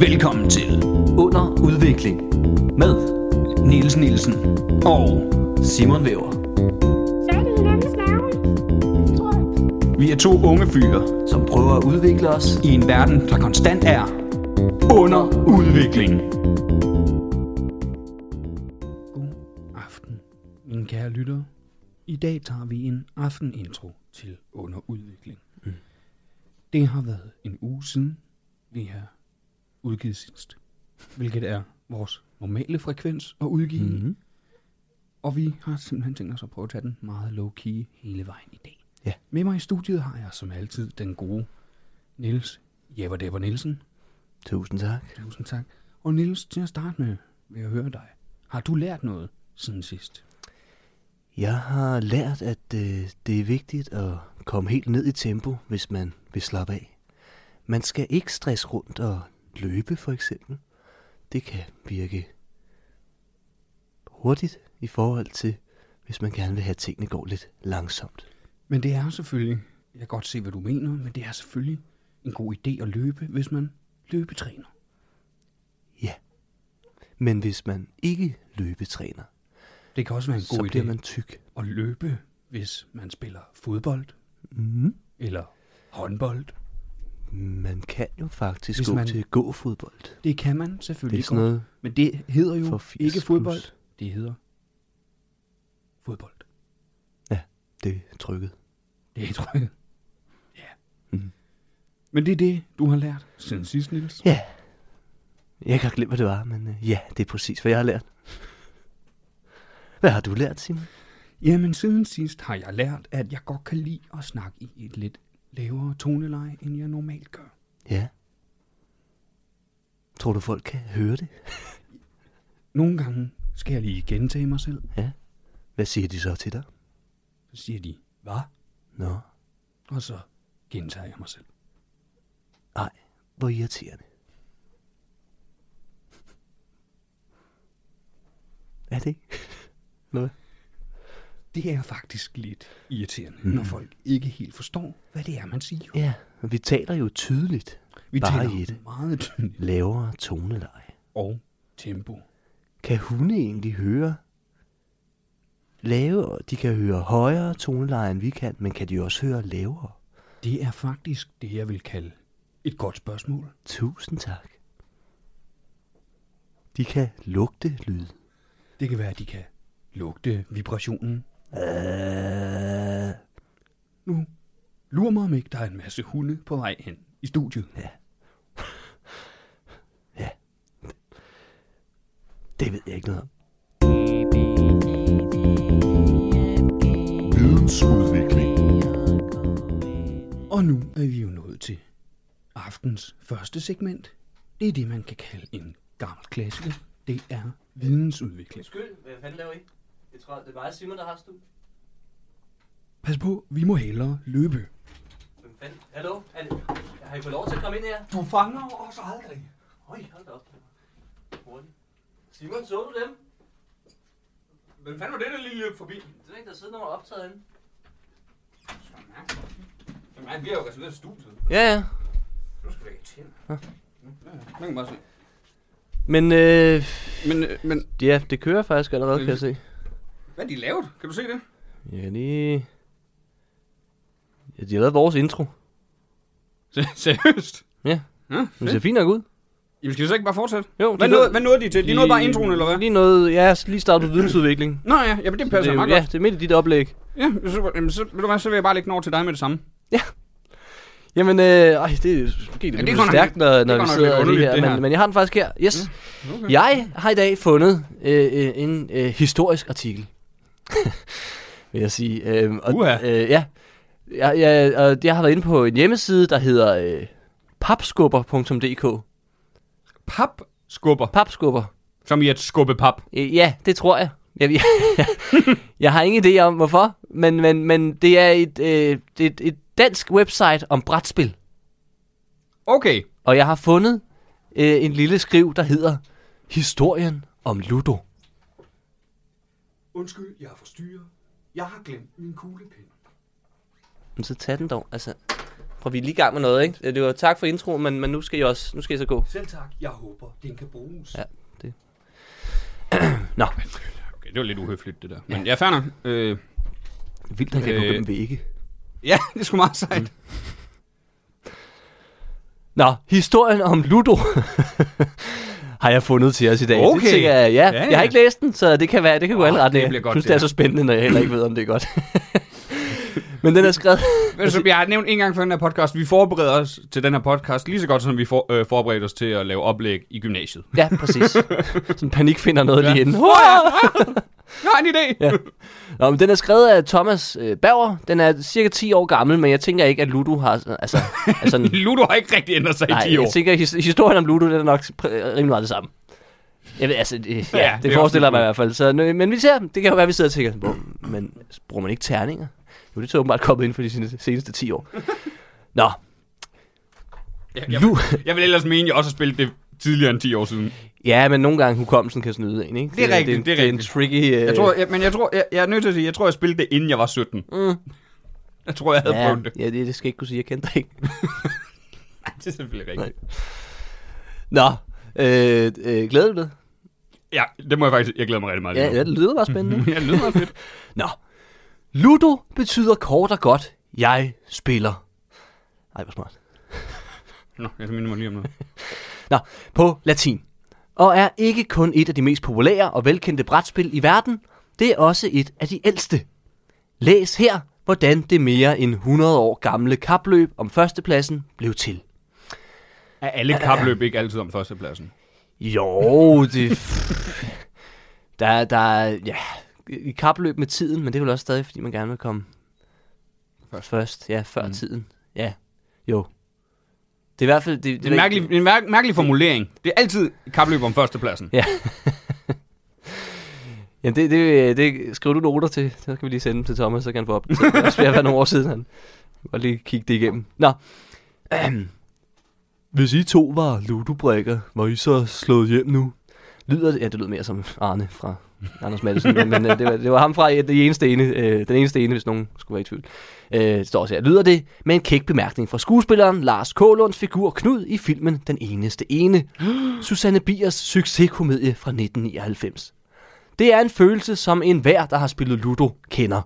Velkommen til Under Udvikling med Niels Nielsen og Simon Væver. Fat i hinandens navle. Tror jeg. Vi er to unge fyre som prøver at udvikle os. i en verden, der konstant er under udvikling. God aften, mine kære lyttere. I dag tager vi en aftenintro til Under Udvikling. Mm. Det har været en uge siden, vi har udgivet sidst, hvilket er vores normale frekvens at udgive. Mm-hmm. Og vi har simpelthen tænkt os at prøve at tage den meget low-key hele vejen i dag. Ja. Med mig i studiet har jeg som altid den gode Niels Jepper Depper Nielsen. Tusind tak. Tusind tak. Og Niels, til at starte med vil jeg høre dig. Har du lært noget siden sidst? Jeg har lært, at øh, det er vigtigt at komme helt ned i tempo, hvis man vil slappe af. Man skal ikke stresse rundt og løbe, for eksempel. Det kan virke hurtigt i forhold til, hvis man gerne vil have at tingene går lidt langsomt. Men det er selvfølgelig, jeg kan godt se, hvad du mener, men det er selvfølgelig en god idé at løbe, hvis man løbetræner. Ja. Men hvis man ikke løbetræner, Det kan også være en god så idé bliver man tyk. at løbe, hvis man spiller fodbold Mm. eller håndbold. Man kan jo faktisk Hvis gå man- man... til gåfodbold. Det kan man Det er selvfølgelig sådan godt. noget Men det hedder jo for 80 ikke fodbold, plus. det hedder fodbold. Ja, det er trykket. Det er trykket. Ja. Mhm. Men det er det, du har lært siden sidst, Niels. Ja. Jeg kan glemme, hvad det var, men øh, ja, det er præcis, hvad jeg har lært. Hvad har du lært, Simon? Jamen, siden sidst har jeg lært, at jeg godt kan lide at snakke i et lidt lavere toneleje, end jeg normalt gør. Ja. Tror du, folk kan høre det? Nogle gange skal jeg lige gentage mig selv. Ja. Hvad siger de så til dig? Så siger de, hvad? Nå, Og så gentager jeg mig selv. nej, hvor irriterende. Er det ikke? Nå, Det er faktisk lidt irriterende, mm. når folk ikke helt forstår, hvad det er, man siger. ja, vi taler jo tydeligt. Vi Bare taler i det. meget tydeligt. Lavere toneleje. Og tempo. Kan hunde egentlig høre lavere? De kan høre højere toneleje, end vi kan, men kan de også høre lavere? Det er faktisk det, jeg vil kalde et godt spørgsmål. Tusind tak. De kan lugte lyd. Det kan være, at de kan lugte vibrationen. Øh, Nu lurer mig, om ikke der er en masse hunde på vej hen i studiet. det ved jeg ikke noget om. Og nu er vi jo nået til aftens første segment. Det er det, man kan kalde en gammel klassiker. Det er vidensudvikling. Undskyld, hvad fanden laver I? Jeg tror, det er mig og Simon, der har stu. Pas på, vi må hellere løbe. Hvem fanden? Hallo? Er det... Har I fået lov til at komme ind her? Du fanger os aldrig. Oj, hold da op. Hurtigt. Simon, så du dem? Hvem fanden var det, der lige løb forbi? Det er ikke, der sidder nogen optaget inde. Jamen, vi har jo reserveret studiet. Ja, ja. Nu skal vi ikke til. Man kan bare se. Men øh, Men, øh, men ja, det kører faktisk allerede, kan jeg se. Hvad har de lavet? Kan du se det? Jeg kan lige... Ja, de har lavet vores intro. Seriøst? Ja. Ja, Men det ser fint nok ud. Jamen, skal vi så ikke bare fortsætte? Jo, Hvad, nåede, hvad nåede de til? De nåede bare introen, eller hvad? Lige noget, jeg har lige startet på vidensudvikling. Nå ja, jamen, det passer det, meget ja, godt. det er midt i dit oplæg. Ja, super. Jamen, så, ved du hvad, så vil jeg bare lægge den over til dig med det samme. Jamen, øh, ej, det gik det er lidt godt nok stærkt, lidt- når, godt når vi nok lidt sidder lige underligt, her, det her. Mm, Men, men jeg har den faktisk her. Yes. Okay. Jeg har i dag fundet øh, øh, en øh, historisk artikel, vil jeg sige. Øh, og, Uha. øh, ja. Jeg, jeg, og jeg har været inde på en hjemmeside, der hedder øh, papskubber.dk. Pap skubber. Papskubber. Som i at skubbe pap. Øh, ja, det tror jeg. Jeg, jeg, jeg har ingen idé om, hvorfor, men, men, men det er et, øh, det er et, et dansk website om brætspil. Okay. Og jeg har fundet øh, en lille skriv, der hedder Historien om Ludo. undskyld, jeg er forstyrret. Jeg har glemt min kuglepen. Men så tag den dog. Altså, Prøv, vi er lige i gang med noget, ikke? Det var tak for introen, men, men nu skal I også, nu skal I så gå. Selv tak. Jeg håber, den kan bruges. Ja. Ja. Nå, Okay, det var lidt uhøfligt, det der. Men ja, fair nok. Øh, Vildt, han kan gå Øh. gennem vægge. ja, det er sgu meget sejt. Mm. Nå, historien om Ludo har jeg fundet til os i dag. Okay. Det tænker jeg, ja. Ja, Jeg ja. har ikke læst den, så det kan være, det kan gå oh, alle det retninger. bliver Jeg godt, synes, det det er så spændende, når jeg heller ikke ved, om det er godt. Men den er skrevet... Som jeg har nævnt en gang for den her podcast, vi forbereder os til den her podcast lige så godt, som vi for, øh, forbereder os til at lave oplæg i gymnasiet. Ja, præcis. Sådan panik finder noget ja. lige inden. Jeg har en idé! Ja. Nå, men den er skrevet af Thomas øh, Bauer. Den er cirka 10 år gammel, men jeg tænker ikke, at Ludo har... Altså, altså, Ludo har ikke rigtig ændret sig nej, i 10 år. jeg tænker, his- historien om Ludo, den er nok pr- rimelig meget det samme. Jeg ved, altså, det, ja, ja, det, det er det forestiller også jeg mig lidt i hvert fald. Så, nø- men vi ser, det kan jo være, vi sidder og tænker, "Hvor, men bruger man ikke terninger? Jo, det er så åbenbart kommet ind for de sen- seneste 10 år. Nå, Jeg, jeg, jeg vil ellers mene, at jeg også har spillet det tidligere end 10 år siden. ja, men nogle gange hukommelsen kan snyde en, ikke? Det er rigtigt, en- det er det er en rigtigt. tricky... Øh, Jeg tror, jeg, men jeg tror, jeg, jeg er nødt til at sige, jeg tror, jeg spillede det, inden jeg var 17. Mm. Jeg tror, jeg havde ja, prøvet det. ja, det, det skal jeg ikke kunne sige, jeg kendte dig ikke. Det er selvfølgelig rigtigt. Nå, øh, øh, glæder du dig? Ja, det må jeg faktisk... Jeg glæder mig rigtig meget. Ja, lige nu. ja, det lyder bare spændende. Ja, det lyder meget fedt. Nå. Ludo betyder kort og godt, jeg spiller. Ej, hvor smart. Nå, jeg skal minde mig lige om noget. Nå, på latin. Og er ikke kun et af de mest populære og velkendte brætspil i verden, det er også et af de ældste. Læs her, hvordan det mere end 100 år gamle kapløb om førstepladsen blev til. Er alle kapløb ikke altid om førstepladsen? Jo, det... der, der, ja, i kapløb med tiden, men det er vel også stadig, fordi man gerne vil komme først. først ja, før mm. tiden. Ja, jo. Det er i hvert fald... Det, Det er en mærkelig, en mær- mærkelig formulering. Det er altid kapløb om førstepladsen. Ja. Jamen, det, det, det skriver du noter til. Så skal vi lige sende dem til Thomas, så kan han få op. Det er også ved at være nogle år siden, han og lige kigge det igennem. Nå. Øhm. Hvis I to var ludobrikker, var I så slået hjem nu? Lyder det, ja, det lyder mere som Arne fra Anders Madsen, men, men øh, det, var, det var ham fra øh, det eneste ene, øh, den eneste ene, hvis nogen skulle være i tvivl. Øh, det står også her. Lyder det med en kæk bemærkning fra skuespilleren Lars Kålunds figur Knud i filmen Den Eneste Ene. Susanne Biers succeskomedie fra 1999. Det er en følelse, som enhver, der har spillet Ludo, kender.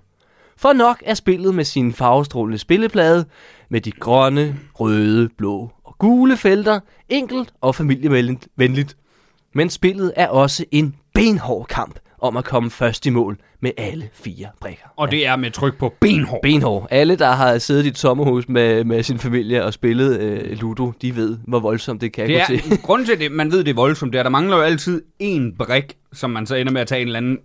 For nok er spillet med sin farvestrålende spilleplade, med de grønne, røde, blå og gule felter, enkelt og familievenligt. Men spillet er også en benhård kamp om at komme først i mål med alle fire brikker. Og det er med tryk på benhård. Benhård. Alle, der har siddet i et sommerhus med, med sin familie og spillet øh, Ludo, de ved, hvor voldsomt det kan Det gå er, til. grunden til, at det- man ved, det er voldsomt, det er, at der mangler jo altid en brik, som man så ender med at tage en eller anden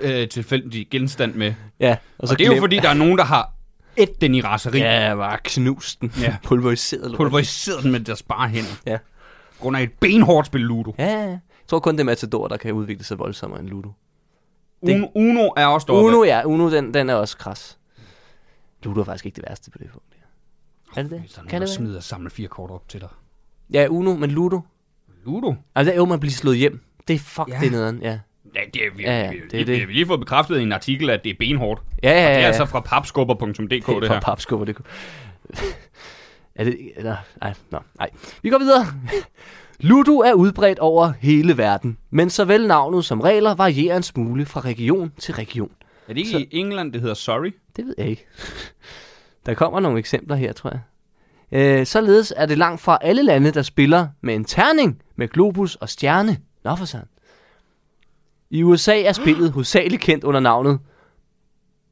øh, tilfældig genstand med. ja, Og, og det er jo glem- fordi, der er nogen, der har et den i raseri. Ja, jeg var knust den. Ja. Ja. Pulveriseret lort. Pulveriseret den med deres bare hænder. Ja. På grund af et benhårdt spil Ludo. Ja, ja, ja. Jeg tror kun, det er Matador, der kan udvikle sig voldsommere end Ludo. Det- Uno, Uno er også deroppe. Uno, ja. Uno, den, den er også kras. Ludo er faktisk ikke det værste på det punkt. Ja. Er det Hvis der er nogen, det? Kan der det være? smider og samler fire kort op til dig. Ja, Uno, men Ludo. Ludo? Altså, der er jo man bliver slået hjem. Det er fuck, ja. Ja. det er nederen, ja. Ja, det er vi, Ja, ja, ja, ja, vi, det det vi, er det. vi har lige fået bekræftet i en artikel, at det er benhårdt. Ja, Ja, ja, ja. Det er ja. altså fra papskubber.dk, det, det er her. fra papskubber, det kunne... er det... Nå, nej, nå, nej. Vi går videre. Ludo er udbredt over hele verden, men såvel navnet som regler varierer en smule fra region til region. Er det ikke så... i England, det hedder Sorry? Det ved jeg ikke. Der kommer nogle eksempler her, tror jeg. Øh, således er det langt fra alle lande, der spiller med en terning med globus og stjerne. Nå for sådan. I USA er spillet hovedsageligt kendt under navnet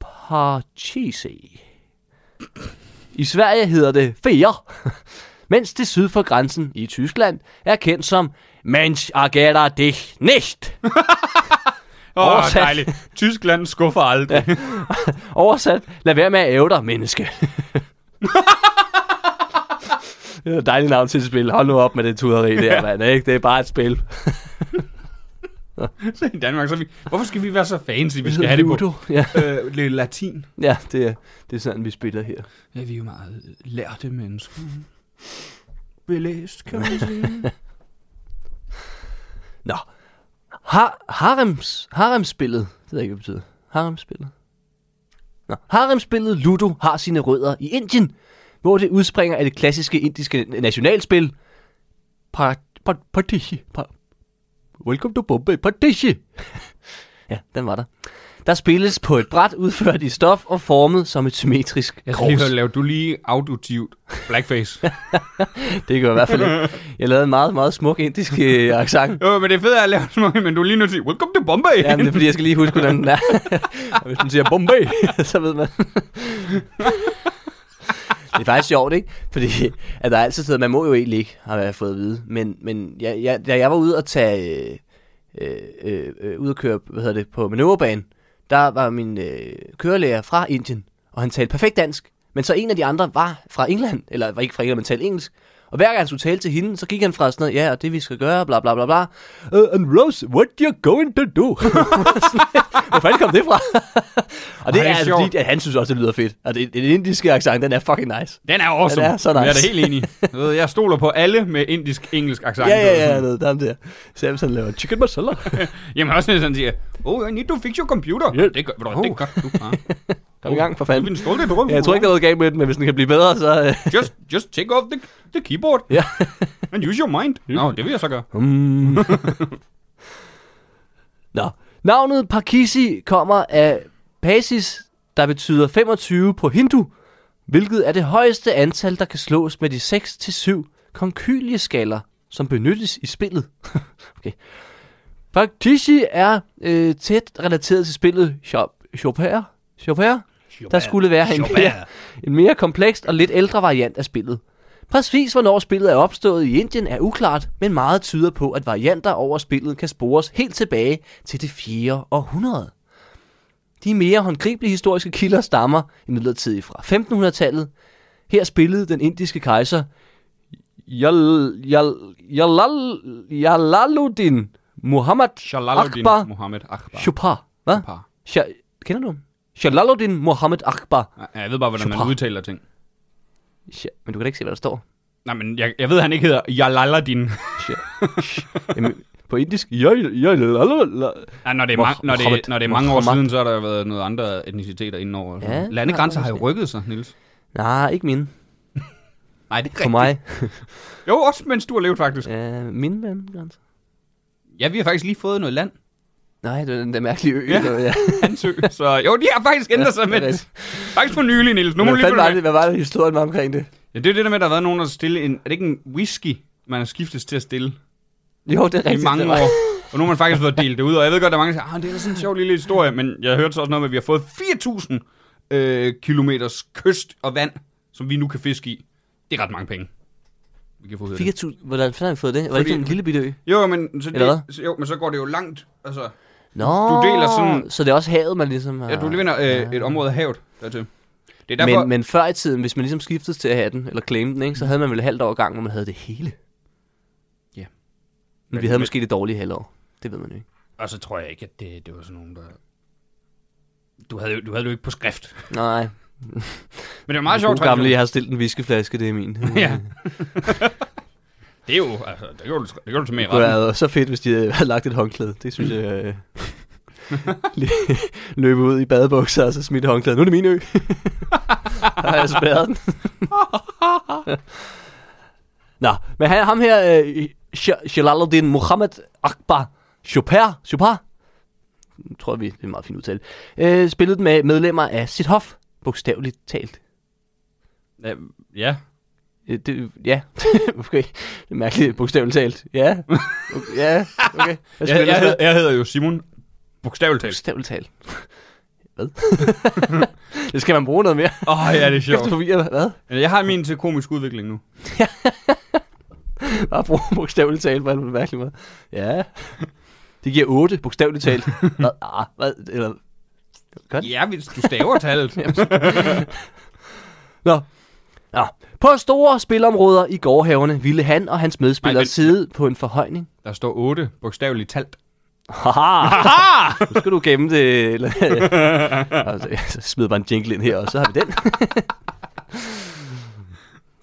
Parcheesi. I Sverige hedder det Fere, mens det syd for grænsen i Tyskland er kendt som Mensch agerer dich nicht. Åh, oh, Oversat. dejligt. Tyskland skuffer aldrig. Ja. Oversat, lad være med at æve dig, menneske. det er et dejligt navn til et spil. Hold nu op med det tuderi der, mand. Ikke? Det er bare et spil. Så I Danmark, så er vi... Hvorfor skal vi være så fancy, vi skal have det på Ja, øh, lidt latin? ja det, er, det er sådan, vi spiller her. Ja, vi er jo meget øh, lærte mennesker. Belæst, kan man sige. Nå. Har, harems, haremspillet. Det ved jeg ikke, hvad det betyder. Haremspillet. Nå. Haremspillet Ludo har sine rødder i Indien, hvor det udspringer af det klassiske indiske nationalspil. Pa- pa- Padishi. Pa- Welcome to Bombay. Padishi. ja, den var der. Der spilles på et bræt udført i stof og formet som et symmetrisk Jeg skal lige kors. høre, laver du lige auditivt blackface? Det gør jeg i hvert fald ikke. Jeg lavede en meget, meget smuk indisk øh, accent. jo, men det fede er at lave små, men du er lige nu siger, welcome to Bombay. Ja, men det er fordi, jeg skal lige huske, hvordan den er. Og hvis man siger Bombay, så ved man. det er faktisk sjovt, ikke? Fordi at der er altid sådan, man må jo egentlig ikke, har jeg fået at vide. Men, men jeg, jeg, da jeg var ude og tage... Øh, øh, øh, øh, ud at køre hvad hedder det, på manøvrebanen, der var min øh, kørelærer fra Indien, og han talte perfekt dansk. Men så en af de andre var fra England, eller var ikke fra England, men talte engelsk. Og hver gang han skulle tale til hende, så gik han fra sådan noget, ja, og det vi skal gøre, bla bla bla bla. Uh, and Rose, what you going to do? Hvor fanden kom det fra? og Ej, det, det er, er altså sjovt. fordi, at han synes også, det lyder fedt. Og det, den indiske accent, den er fucking nice. Den er awesome. Den er så nice. Jeg er da helt enig. i. Du ved, Jeg stoler på alle med indisk-engelsk accent. Ja, ja, ja, noget, der er ham der. Samson laver chicken masala. Jamen også, når han siger, oh, I need to fix your computer. Ja. Det gør, ved du, det gør du bare. Kom i gang, for Vi fanden. er stolte på Ja, jeg tror ikke, der er noget galt med den, men hvis den kan blive bedre, så... øh, Just, just take off the, the keyboard Ja. and use your mind. Nå, det vil jeg så gøre. Mm. Nå. Navnet Parkisi kommer af Pasis, der betyder 25 på hindu, hvilket er det højeste antal, der kan slås med de 6-7 konkylieskaller, som benyttes i spillet. okay. Parkisi er øh, tæt relateret til spillet Chop- Chopper, Chopper, der skulle være en mere, en mere komplekst og lidt ældre variant af spillet. Præcis hvornår spillet er opstået i Indien er uklart, men meget tyder på, at varianter over spillet kan spores helt tilbage til det 4. århundrede. De mere håndgribelige historiske kilder stammer imidlertid fra 1500-tallet. Her spillede den indiske kejser Jal- Jal- Jalal- Jalaluddin Muhammad Shalaluddin Akbar. Mohammed Akbar. Shupar. Hvad? Shupar. Sha- Kender du ham? Jalaluddin Muhammad Akbar. Ja, Jeg ved bare, hvordan man Shupar. udtaler ting. Sha- Men du kan da ikke se, hvad der står. Nej, men jeg, jeg ved, han ikke hedder Jalaluddin. Sha- sh- Jamen, på indisk. Jalaluddin. Ja, når det er, Moh- mange, når det, Mohammed- når det er mange år Mohammed. siden, så har der været noget andre etniciteter indenover. Ja, Ja, Landegrænser har jo det er rykket sig, Nils. Nej, ikke mine. Nej, det er For rigtigt. mig. Jo, også mens du har levet, faktisk. Ja, mine vandgrænser. Ja, vi har faktisk lige fået noget land. Nej, det var den der mærkelige ø. Ja. der var- Ja. Ansøg. Så jo, de har faktisk ændret sig det er med rigtigt. Faktisk for nylig, Niels. Nu må Hvad du lige fanden var følge det, med. hvad var det historien var omkring det? Ja, det er det der med, at der har været nogen, der stille en... Er det ikke en whisky, man har skiftet til at stille Jo, det er rigtigt. i mange det var- år? Og nu har man faktisk fået delt det ud, og jeg ved godt, der er mange, der siger, ah, det er da sådan en sjov lille historie, men jeg hørte så også noget med, at vi har fået 4.000 øh, kilometers kyst og vand, som vi nu kan fiske i. Det er ret mange penge. Vi kan få ud af det. 4.000, hvordan fanden har vi fået det? Var det Fordi- ikke en lille bitte ø? Jo, men så, Eller det, så, jo, men så går det jo langt. Altså, Nå, Du deler sådan- så det er også havet, man ligesom har... ja, du vinder øh, ja. et område af havet dertil. Det er derfor, Mm. Men, men før i tiden, hvis man ligesom skiftede til at have den, eller claim den, ikke, så havde man vel et halvt år gang, hvor man havde det hele. Ja. Men vi Men- havde men- måske det dårlige halvår. Det ved man jo ikke. Og så tror jeg ikke, at det, det var sådan nogen, der... Du havde, jo- du havde det jo ikke på skrift. Nej, Men det var meget god sjovt. gamle, jeg har stillet en whiskeflaske, det er min. Ja. det er jo, altså, det gjorde du, det gjorde du til mere Det ret. havde været så fedt, hvis de havde lagt et håndklæde. Det synes jeg... Øh, lige løbe ud i badebukser og så smidt håndklæde. Nu er det min ø. Der har jeg spærret den. Nå, men han, ham her, øh, Sh- Jalaluddin Mohammed Akbar Chopar, Chopar, Nu tror jeg, vi, det er en meget fin udtale, øh, spillede med medlemmer af sit hof, bogstaveligt talt. Ja, ja. Øh, Det, ja, okay. Det er mærkeligt, bogstaveligt talt. Ja, okay. Ja, okay. Jeg, Hvad spiller jeg, du? hed- jeg, hedder jo Simon. Bogstaveligt talt. Bogstaveligt talt. Hvad? det skal man bruge noget mere. Åh, oh, ja, det er Kæft, du sjovt. forvirrer. Hvad? Jeg har min til komisk udvikling nu. Bare bruge bogstaveligt talt på en mærkelig måde. Ja. Det giver 8, bogstaveligt talt. hvad? Ah, hvad? Eller... Godt. Ja, hvis du staver tallet. Nå. Nå. På store spilområder i gårdhaverne ville han og hans medspillere Nej, men- sidde på en forhøjning. Der står 8 bogstaveligt talt. Haha! Ah! nu skal du gemme det. Eller, Altså, så smider bare en jingle ind her, og så har vi den.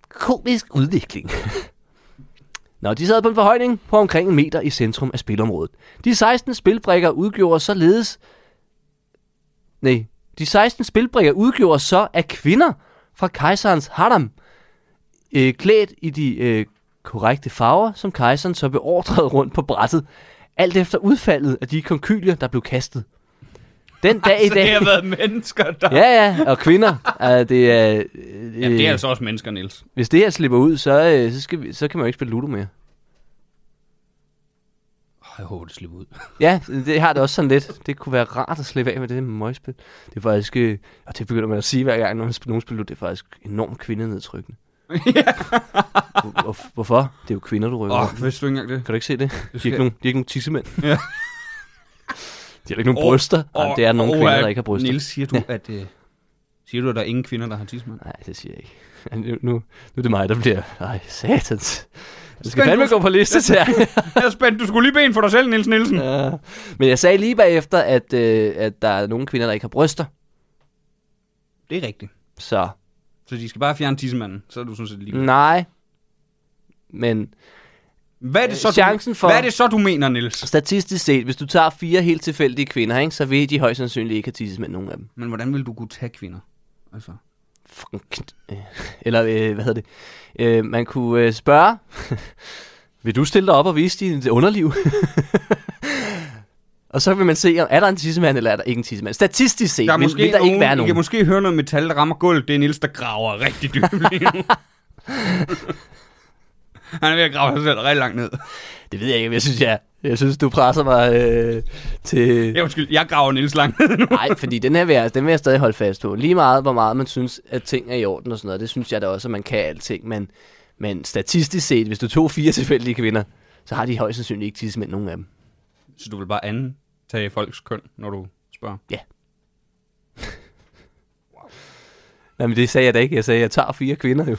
Komisk udvikling. Nå, de sad på en forhøjning på omkring en meter i centrum af spilområdet. De 16 spilbrikker udgjorde således... Nej, de 16 spilbrikker udgjorde så af kvinder fra kejserens haram, øh, klædt i de øh, korrekte farver, som kejseren så beordrede rundt på brættet, alt efter udfaldet af de konkylier, der blev kastet. Den dag i Så det dag... har været mennesker, der... Ja. Ja, ja, og kvinder. Uh, det er, øh, Jamen, det er altså også mennesker, Niels. Hvis det her slipper ud, så, øh, så, skal vi, så kan man jo ikke spille Ludo mere. Oh, jeg håber, det slipper ud. Ja, det har det også sådan lidt. Det kunne være rart at slippe af med det møgspil. Det er faktisk, øh, og det begynder man at sige hver gang, når man spiller nogen spiller Ludo, det er faktisk enormt kvindenedtrykkende. Hvor, hvor- hvorfor? Det er jo kvinder, du rykker. Åh, Oh. oh, vidste du ikke engang det? Kan du ikke se det? De er skal- ikke nogen, de er ikke nogen tissemænd. Ja. de Ja. har ikke nogen Åh, bryster. Oh, det er nogle åh, kvinder, ja. der ikke har bryster. Niels, siger du, at... Øh, siger du, at der er ingen kvinder, der har tidsmand? Nej, det siger jeg ikke. Nu, nu, nu er det mig, der bliver... Ej, satans. Jeg skal Spænd, fandme du- gå på liste her. Jeg er spændt. Du skulle lige ben for dig selv, Niels Nielsen. Ja. Ja. Men jeg sagde lige bagefter, at, øh, at der er nogle kvinder, der ikke har bryster. Det er rigtigt. Så Så de skal bare fjerne tissemanden, så er du sådan set lige. nej. Men Hvad er det så, Øh, chancen du, for- Hvad er det så, du mener, Niels? statistisk set, hvis du tager fire helt tilfældige kvinder, ikke, så vil de højst sandsynligt ikke have tisses med nogen af dem. Men hvordan vil du kunne tage kvinder? Altså. Fucking kn- øh, Eller øh, hvad hedder det? Øh, man kunne øh, spørge, vil du stille dig op og vise dit underliv? og så vil man se, om er der en tissemand, eller er der ikke en tissemand. Statistisk set Der er vil, måske vil der nogen, ikke være I nogen. kan måske høre noget metal, der rammer gulvet. Det er Niels, der graver rigtig dybt lige nu. Han er ved at grave sig selv rigtig langt ned. Det ved jeg ikke, men jeg synes, jeg, jeg synes du presser mig øh, til... Jeg, undskyld, jeg graver Niels langt ned nu. Nej, fordi den her vil jeg, den vil jeg stadig holde fast på. Lige meget, hvor meget man synes, at ting er i orden og sådan noget, det synes jeg da også, at man kan alting. Men, men statistisk set, hvis du tog fire tilfældige kvinder, så har de højst sandsynligt ikke tidsmænd nogen af dem. Så du vil bare anden tage folks køn, når du spørger? Nej, men det sagde jeg da ikke. Jeg sagde, at jeg tager fire kvinder jo.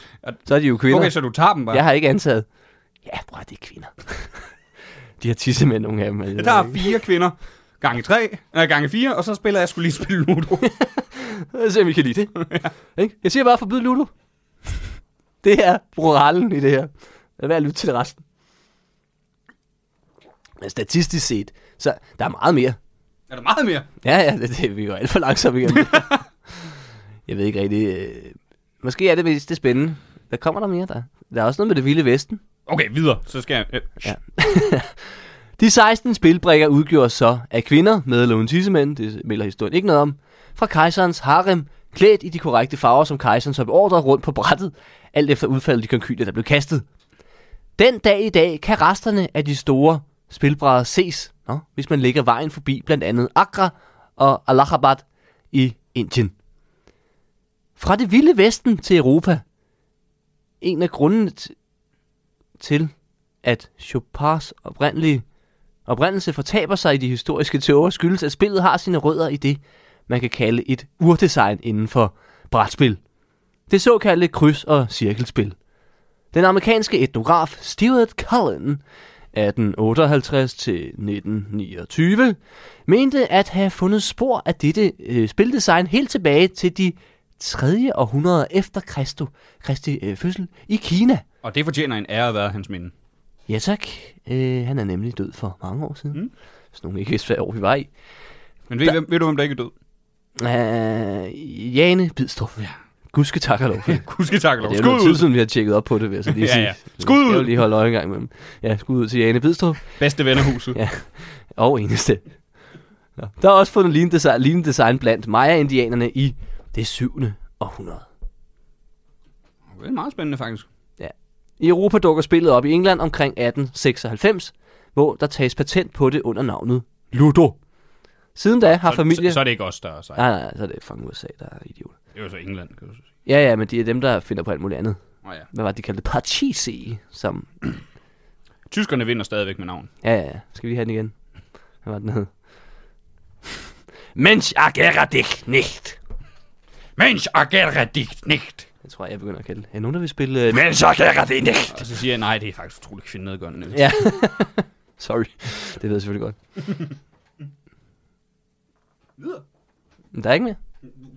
Så er de jo kvinder. Okay, så du tager dem bare? Jeg har ikke antaget. Ja, bror, det er kvinder. de har tissemænd nogen af dem. altså. Jeg tager fire kvinder gange tre, nej, gange fire, og så spiller jeg skulle lige spille Ludo. Så se, om I kan lide det. ja. Jeg siger bare, forbyd Ludo. Det er moralen i det her. Lad være at lytte til resten. Men statistisk set, så der er meget mere. er der meget mere? Ja, ja, det, det vi går alt for langsomt igennem. det her. jeg ved ikke rigtig... Øh, måske er det mest det spændende. Hvad kommer der mere der? Der er også noget med det vilde vesten. Okay, videre. Så skal jeg... Øh, Ja. De 16 spilbrikker udgjorde så af kvinder med Lone Tissemænd, det melder historien ikke noget om, fra kejserens harem, klædt i de korrekte farver, som kejseren så beordrede rundt på brættet, alt efter udfaldet af de konkylier, der blev kastet. Den dag i dag kan resterne af de store spilbrædder ses, nå, hvis man lægger vejen forbi blandt andet Agra og Allahabad i Indien. Fra det vilde vesten til Europa. En af grundene t- til, at Chopins oprindelige oprindelse fortaber sig i de historiske teorier skyldes, at spillet har sine rødder i det, man kan kalde et urdesign inden for brætspil. Det såkaldte kryds- og cirkelspil. Den amerikanske etnograf Stuart Cullen 1858-1929 mente at have fundet spor af dette øh, spildesign helt tilbage til de 3. århundrede efter Kristo, Kristi øh, fødsel i Kina. og det fortjener en ære at være hans minde. Ja tak. Øh, han er nemlig død for mange år siden. Mm. Så nogen ikke vidste, hvad år vi var i. Men ved, hvem, ved du, hvem der ikke er død? Øh, Jane Bidstrup. Ja. Gudske tak og lov. for det. Husk tak, Ja, lov. det er jo Skud noget tid ud. siden, vi har tjekket op på det, vil jeg så lige Ja, sige. ja. Skud Jeg skal jo ud! lige holde øje engang med dem. Ja, skud ud til Jane Bidstrup. Bedste vennerhuset. Ja. Og eneste. Nå. Der er også fundet lignende design, lignende design blandt Maya-indianerne i det 7. århundrede. Det er meget spændende, faktisk. I Europa dukker spillet op i England omkring 1896, hvor der tages patent på det under navnet Ludo. Siden da har så, familie... Så, så, er det ikke os, der er sej. Nej, nej, nej, så er det fucking USA, der er idiot. Det er jo så England, kan du så sige. Ja, ja, men det er dem, der finder på alt muligt andet. Nå ja. Hvad var det, de kaldte det? Parchisi, som... Tyskerne vinder stadigvæk med navn. Ja, ja, ja. Skal vi lige have den igen? Hvad var den hed? Mensch, agera dich nicht. Mensch, agera dich nicht. Jeg tror, jeg begynder at kalde det. Er nogen, der vil spille... Øh... Mensch, agera dich nicht. Og så siger jeg, nej, det er faktisk utroligt kvindenedgørende. Ja. Ja. Sorry. Det ved jeg selvfølgelig godt. Men der er ikke mere.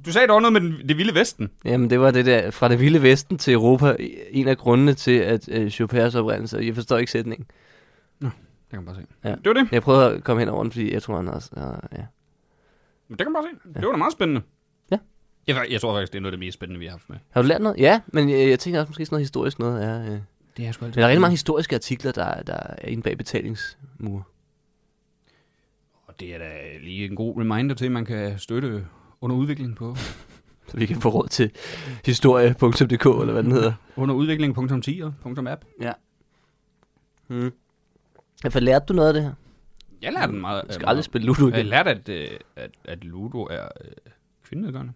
Du sagde, der var noget med den, det vilde vesten. Jamen, det var det der, fra det vilde vesten til Europa, en af grundene til, at øh, Chopins oprindelse, jeg forstår ikke sætningen. Det kan man bare se. Ja. Ja. Det var det. Jeg prøvede at komme hen over den, fordi jeg tror, han også, øh, ja. Det kan man bare se. Det var da meget spændende. Jeg, jeg tror faktisk, det er noget af det mest spændende, vi har haft med. Har du lært noget? Ja, men øh, jeg, jeg tænker også måske sådan noget historisk noget. Ja, øh. Det er sgu altid. Men der er rigtig mange historiske artikler, der, der er inde bag betalingsmure. Og det er da lige en god reminder til, at man kan støtte under udvikling på Så vi kan få råd til historie.dk, eller hvad den hedder. underudvikling.10.app. Mm. Hvad lærte du noget af det her? Jeg lærte den meget. Jeg skal aldrig spille Ludo Jeg igen. lærte, at, øh, at, at Ludo er øh, kvindenedgørende.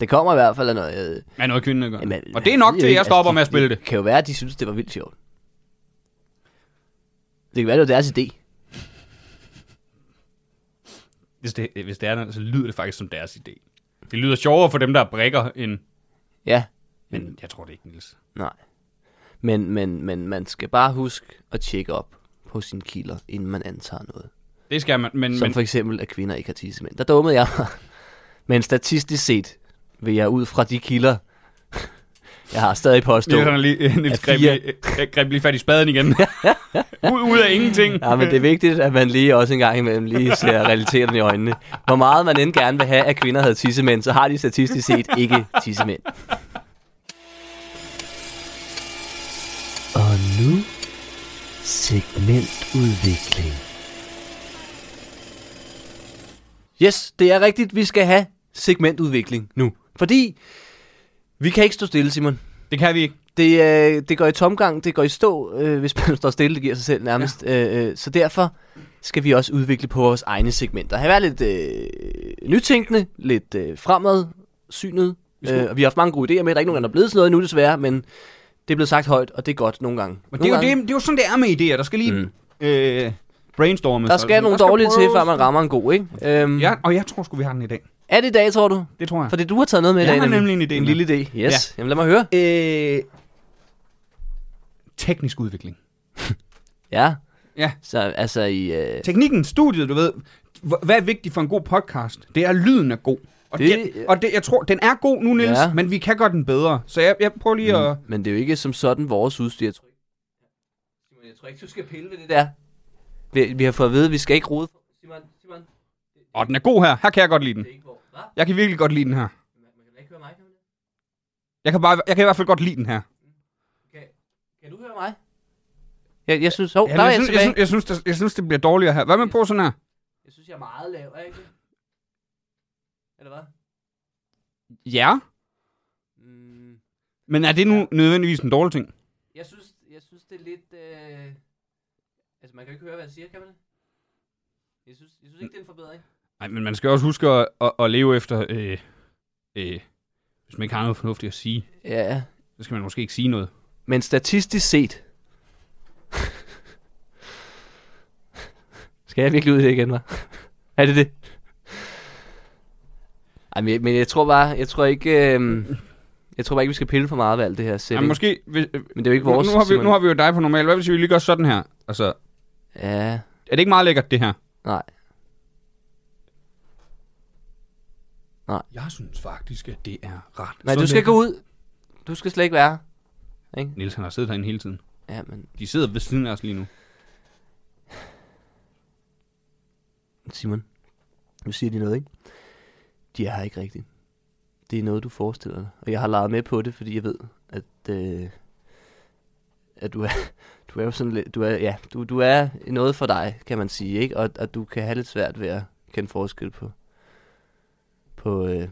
Det kommer i hvert fald af noget... Øh, Er noget kvindenedgørende. jamen, Og det er nok ved til, ikke, altså, jeg stopper de- med at spille det. kan jo være, at de synes, det var vildt sjovt. Det kan være, det var deres idé. Hvis det, hvis det er noget, så lyder det faktisk som deres idé. Det lyder sjovere for dem, der er brikker, end... Ja, Men jeg tror det ikke, Niels. nej. Men, men, men man skal bare huske at tjekke op på sine kilder, inden man antager noget. Det skal man, men... Som men for eksempel, at kvinder ikke har tissemænd. Der dummede jeg mig. Men statistisk set vil jeg ud fra de kilder, jeg har stadig påstå. Niels, han er lige, Niels At greb, fire- lige, øh, greb lige fat i spaden igen. ud, ud af ingenting. Ja, men det er vigtigt, at man lige også en gang imellem lige ser realiteterne i øjnene. Hvor meget man end gerne vil have, at kvinder havde tissemænd, så har de statistisk set ikke tissemænd. Og nu segmentudvikling. Yes, det er rigtigt. Vi skal have segmentudvikling nu. Fordi vi kan ikke stå stille, Simon. Det kan vi ikke. Det, øh, det går i tomgang, det går i stå, øh, hvis man står stille, det giver sig selv nærmest. Ja. Øh, øh, så derfor skal vi også udvikle på vores egne segmenter. Have været lidt øh, nytænkende, lidt øh, fremad, synet. Øh, og vi har haft mange gode idéer med, der er ikke nogen, der er blevet til noget endnu desværre, men det er blevet sagt højt, og det er godt nogle gange. Men det er, nogle jo, det, gange, er- det er jo sådan, det er med idéer. Der skal lige Mm. mm. øh, brainstormes. der skal nogle dårlige til, før man rammer en god, ikke? Øhm, Ja, og jeg tror sgu, vi har den i dag. Er det i dag, tror du? Det tror jeg. Fordi du har taget noget med i Jeg dag. har nemlig en idé En med. lille idé, yes. Ja. Jamen lad mig høre. Øh, teknisk udvikling. Ja. Ja. Så altså i... Øh, Teknikken, studiet, du ved. Hv- Hvad er vigtigt for en god podcast? Det er, at lyden er god. Og, Det- det, den, og det, jeg tror, den er god nu, Niels, Ja. ja. men vi kan gøre den bedre. Så jeg, jeg prøver lige at... Men det er jo ikke som sådan vores udstyr. Jeg tror ikke, Simon, jeg tror ikke du skal pille ved det der. Vi, vi har fået at vide, at vi skal ikke rode. Simon, Simon, det Og den er god her. Her kan jeg godt lide den. er ikke vores. Hva? Jeg kan virkelig godt lide den her. Man kan da ikke høre mig, kan man det? Jeg kan, bare, jeg kan i hvert fald godt lide den her. Kan, kan du høre mig? Jeg, jeg synes, oh, Ja, der jeg, er jeg synes, jeg, tilbage. synes, jeg, synes, det, jeg synes, det bliver dårligere her. Hvad med på sådan her? Jeg synes, jeg er meget lav, er jeg ikke? det? Eller hvad? Ja, Mm, men er det nu nødvendigvis en dårlig ting? jeg, synes, jeg synes, det er lidt... Øh... Altså, man kan jo ikke høre, hvad jeg siger, kan man det? Jeg synes, jeg synes ikke, det er en forbedring. Nej, men man skal også huske at, at, at leve efter... Øh, øh, hvis man ikke har noget fornuftigt at sige, Ja, så skal man måske ikke sige noget. Men statistisk set... Skal jeg virkelig ud i det igen, var? Er det det? Ej, men, jeg- men jeg tror bare, jeg tror ikke, øhm, jeg tror bare ikke, vi skal pille for meget ved alt det her Ja, setting. måske... Hvis, øh, Men det er jo ikke nu, vores, nu, har vi, Simon. nu har vi jo dig på normal. Hvad hvis vi lige gør sådan her? Altså, Ja, er det ikke meget lækkert, det her? nej. Jeg synes faktisk, at det er ret. Nej, du skal gå ud. Du skal slet ikke være her. Ikke? Niels, han har siddet herinde hele tiden. Ja, men De sidder ved siden af os lige nu. Simon, nu siger de noget, ikke? De er her ikke rigtigt. Det er noget, du forestiller dig. Og jeg har leget med på det, fordi jeg ved, at, øh, at du er... Du er jo sådan lidt, du er, ja, du, du er noget for dig, kan man sige, ikke? Og, og du kan have lidt svært ved at kende forskel på, på øh,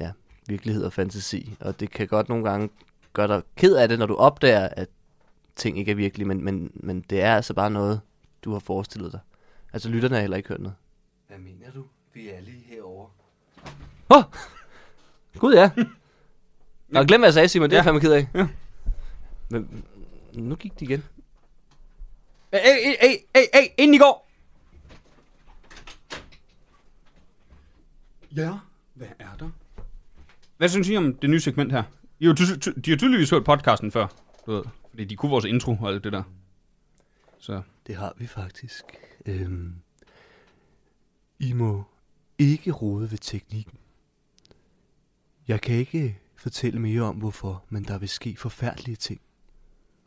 ja, virkelighed og fantasi. Og det kan godt nogle gange gøre dig ked af det, når du opdager, at ting ikke er virkelige, men, men, men det er altså bare noget, du har forestillet dig. Altså lytterne har heller ikke hørt noget. Hvad mener du? Vi er lige herovre. Åh! Oh! Gud, ja. Nå, glem hvad jeg sagde, Simon. Det er jeg fandme ked af. Ja. Men nu gik det igen. Ej, ej, ej, ej, ej, inden I går! Ja, hvad er der? Hvad synes I om det nye segment her? I har jo ty- ty- de har tydeligvis hørt podcasten før, du ved. Fordi de kunne vores intro og alt det der. Så Det har vi faktisk. Øhm, I må ikke rode ved teknikken. Jeg kan ikke fortælle mere om hvorfor, men der vil ske forfærdelige ting,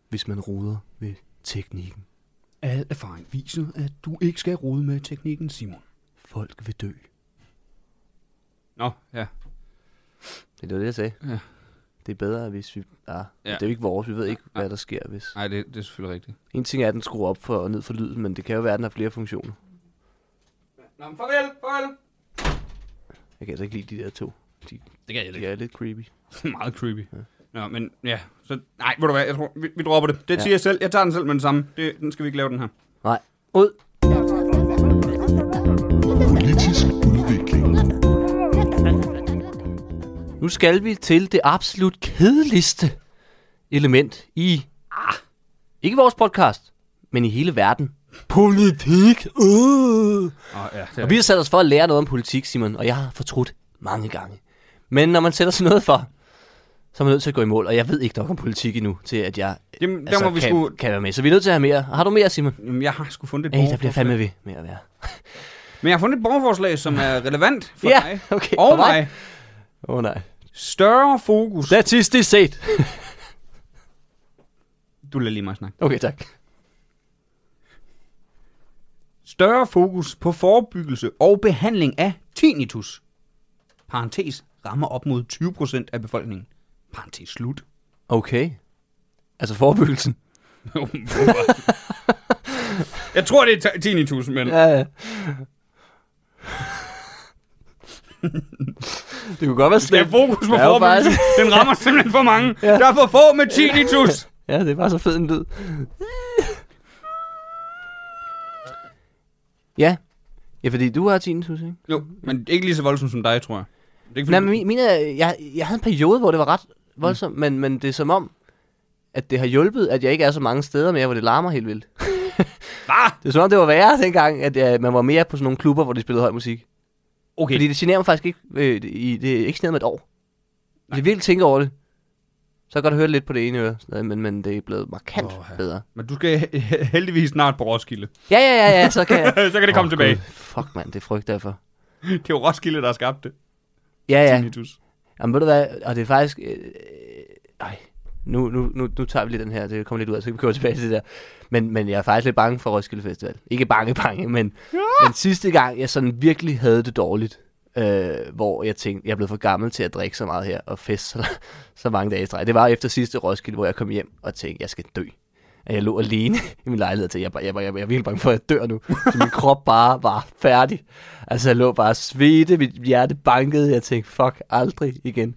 hvis man roder ved teknikken. Al erfaring viser, at du ikke skal rode med teknikken, Simon. Folk vil dø. Nå, ja. Det var det, jeg sagde. Ja. Det er bedre, hvis vi... Ah, ja. Det er jo ikke vores, vi ved ikke, hvad der sker, hvis... Nej, det, det er selvfølgelig rigtigt. En ting er, at den skruer op for, og ned for lyden, men det kan jo være, at den har flere funktioner. Nå, men farvel, farvel. Jeg kan altså ikke lide de der to. De, Det kan jeg de ikke. er lidt creepy. Meget creepy. Ja. Nå, men ja. Så, nej, ved du hvad, jeg tror, vi, vi dropper det. Det Ja. siger jeg selv. Jeg tager den selv med det samme. Det, den skal vi ikke lave, den her. Nej. Ud! Politisk udvikling. Nu skal vi til det absolut kedeligste element i... Ah, ikke vores podcast, men i hele verden. Politik! Uh. Åh, ja. Det er, Og vi har sat os for at lære noget om politik, Simon, og jeg har fortrudt mange gange. Men når man sætter sig noget for, så er man nødt til at gå i mål, og jeg ved ikke nok om politik endnu, til at jeg altså, Jamen, der må vi kan, sgu- kan være med. Så vi er nødt til at have mere. Har du mere, Simon? Jamen, jeg har sgu fundet et Ej, der bliver borgerforslag. fandme ved med at være. Men jeg har fundet et borgerforslag, som er relevant for Ja, dig. okay, Og for mig. mig. Åh oh, nej. Større fokus. Statistisk set. Du lader lige mig snakke. Okay, tak. Større fokus på forebyggelse og behandling af tinnitus. Parentes rammer op mod 20% af befolkningen. Parentes slut. Okay. Altså forebyggelsen. jeg tror, det er ta- tinnitus, men... Ja. Ja. det kunne godt være Det er slemt. fokus på Det er jo forebyggelse. faktisk- Den rammer simpelthen for mange. Ja. Der er for få med tinnitus. Ja, det var så fed en lyd. ja. Ja, fordi du har tinnitus, ikke? Jo, men ikke lige så voldsomt som dig, tror jeg. Det er ikke, Nej, fordi, men min, mine, er- jeg, jeg havde en periode, hvor det var ret voldsomt, mm. men, men det er som om, at det har hjulpet, at jeg ikke er så mange steder mere, hvor det larmer helt vildt. Hva? Det er som om, det var værre dengang, at jeg, man var mere på sådan nogle klubber, hvor de spillede høj musik. Okay. Fordi det generer mig faktisk ikke, øh, det- i, det er ikke sådan med et år. Hvis jeg virkelig tænker over det, så kan jeg godt høre det lidt på det ene øre, sådan noget, men, men det er blevet markant Åh, ja. bedre. men du skal heldigvis snart på Roskilde. Ja, ja, ja, ja, så kan jeg... så kan det komme Åh, tilbage. Gud, fuck, mand, det frygter jeg for. Det er jo Roskilde, der har skabt det. Ja, ja. Tinnitus. Jamen, ved du hvad, og det er faktisk... Øh, øh, ej, nu, nu, nu, nu tager vi lige den her, det kommer lidt ud af, så kan vi køre tilbage til det der. Men, men jeg er faktisk lidt bange for Roskilde Festival. Ikke bange, bange, men den sidste gang, jeg sådan virkelig havde det dårligt, øh, hvor jeg tænkte, jeg er blevet for gammel til at drikke så meget her og feste så, så mange dage i streg. Det var efter sidste Roskilde, hvor jeg kom hjem og tænkte, jeg skal dø. At jeg lå alene i min lejlighed til, jeg, jeg, jeg, jeg, jeg er virkelig bange for, at jeg dør nu. Så min krop bare var færdig. Altså, jeg lå bare og svedte, mit hjerte bankede, jeg tænkte, fuck, aldrig igen.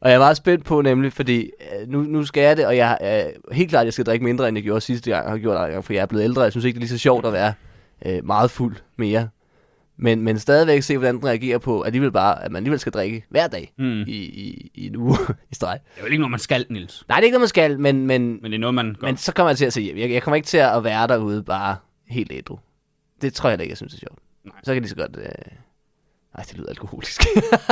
Og jeg er meget spændt på nemlig, fordi øh, nu, nu skal jeg det, og jeg er øh, helt klart, at jeg skal drikke mindre, end jeg gjorde sidste gang, og har gjort andre gange, for jeg er blevet ældre. Jeg synes ikke, det er lige så sjovt at være øh, meget fuld mere. Men, men stadigvæk se, hvordan den reagerer på, alligevel bare, at man alligevel skal drikke hver dag Mm. mm. i, i, i, en uge i streg. Det er vel ikke noget, man skal, Nils. Nej, det er ikke noget, man skal, men, men, Men det er noget, man gør. men så kommer jeg til at se hjem. Jeg, jeg kommer ikke til at være derude bare helt ædru. Det tror jeg heller ikke, jeg synes er sjovt. Nej. Så kan jeg lige så godt... Øh... Ej, det lyder alkoholisk.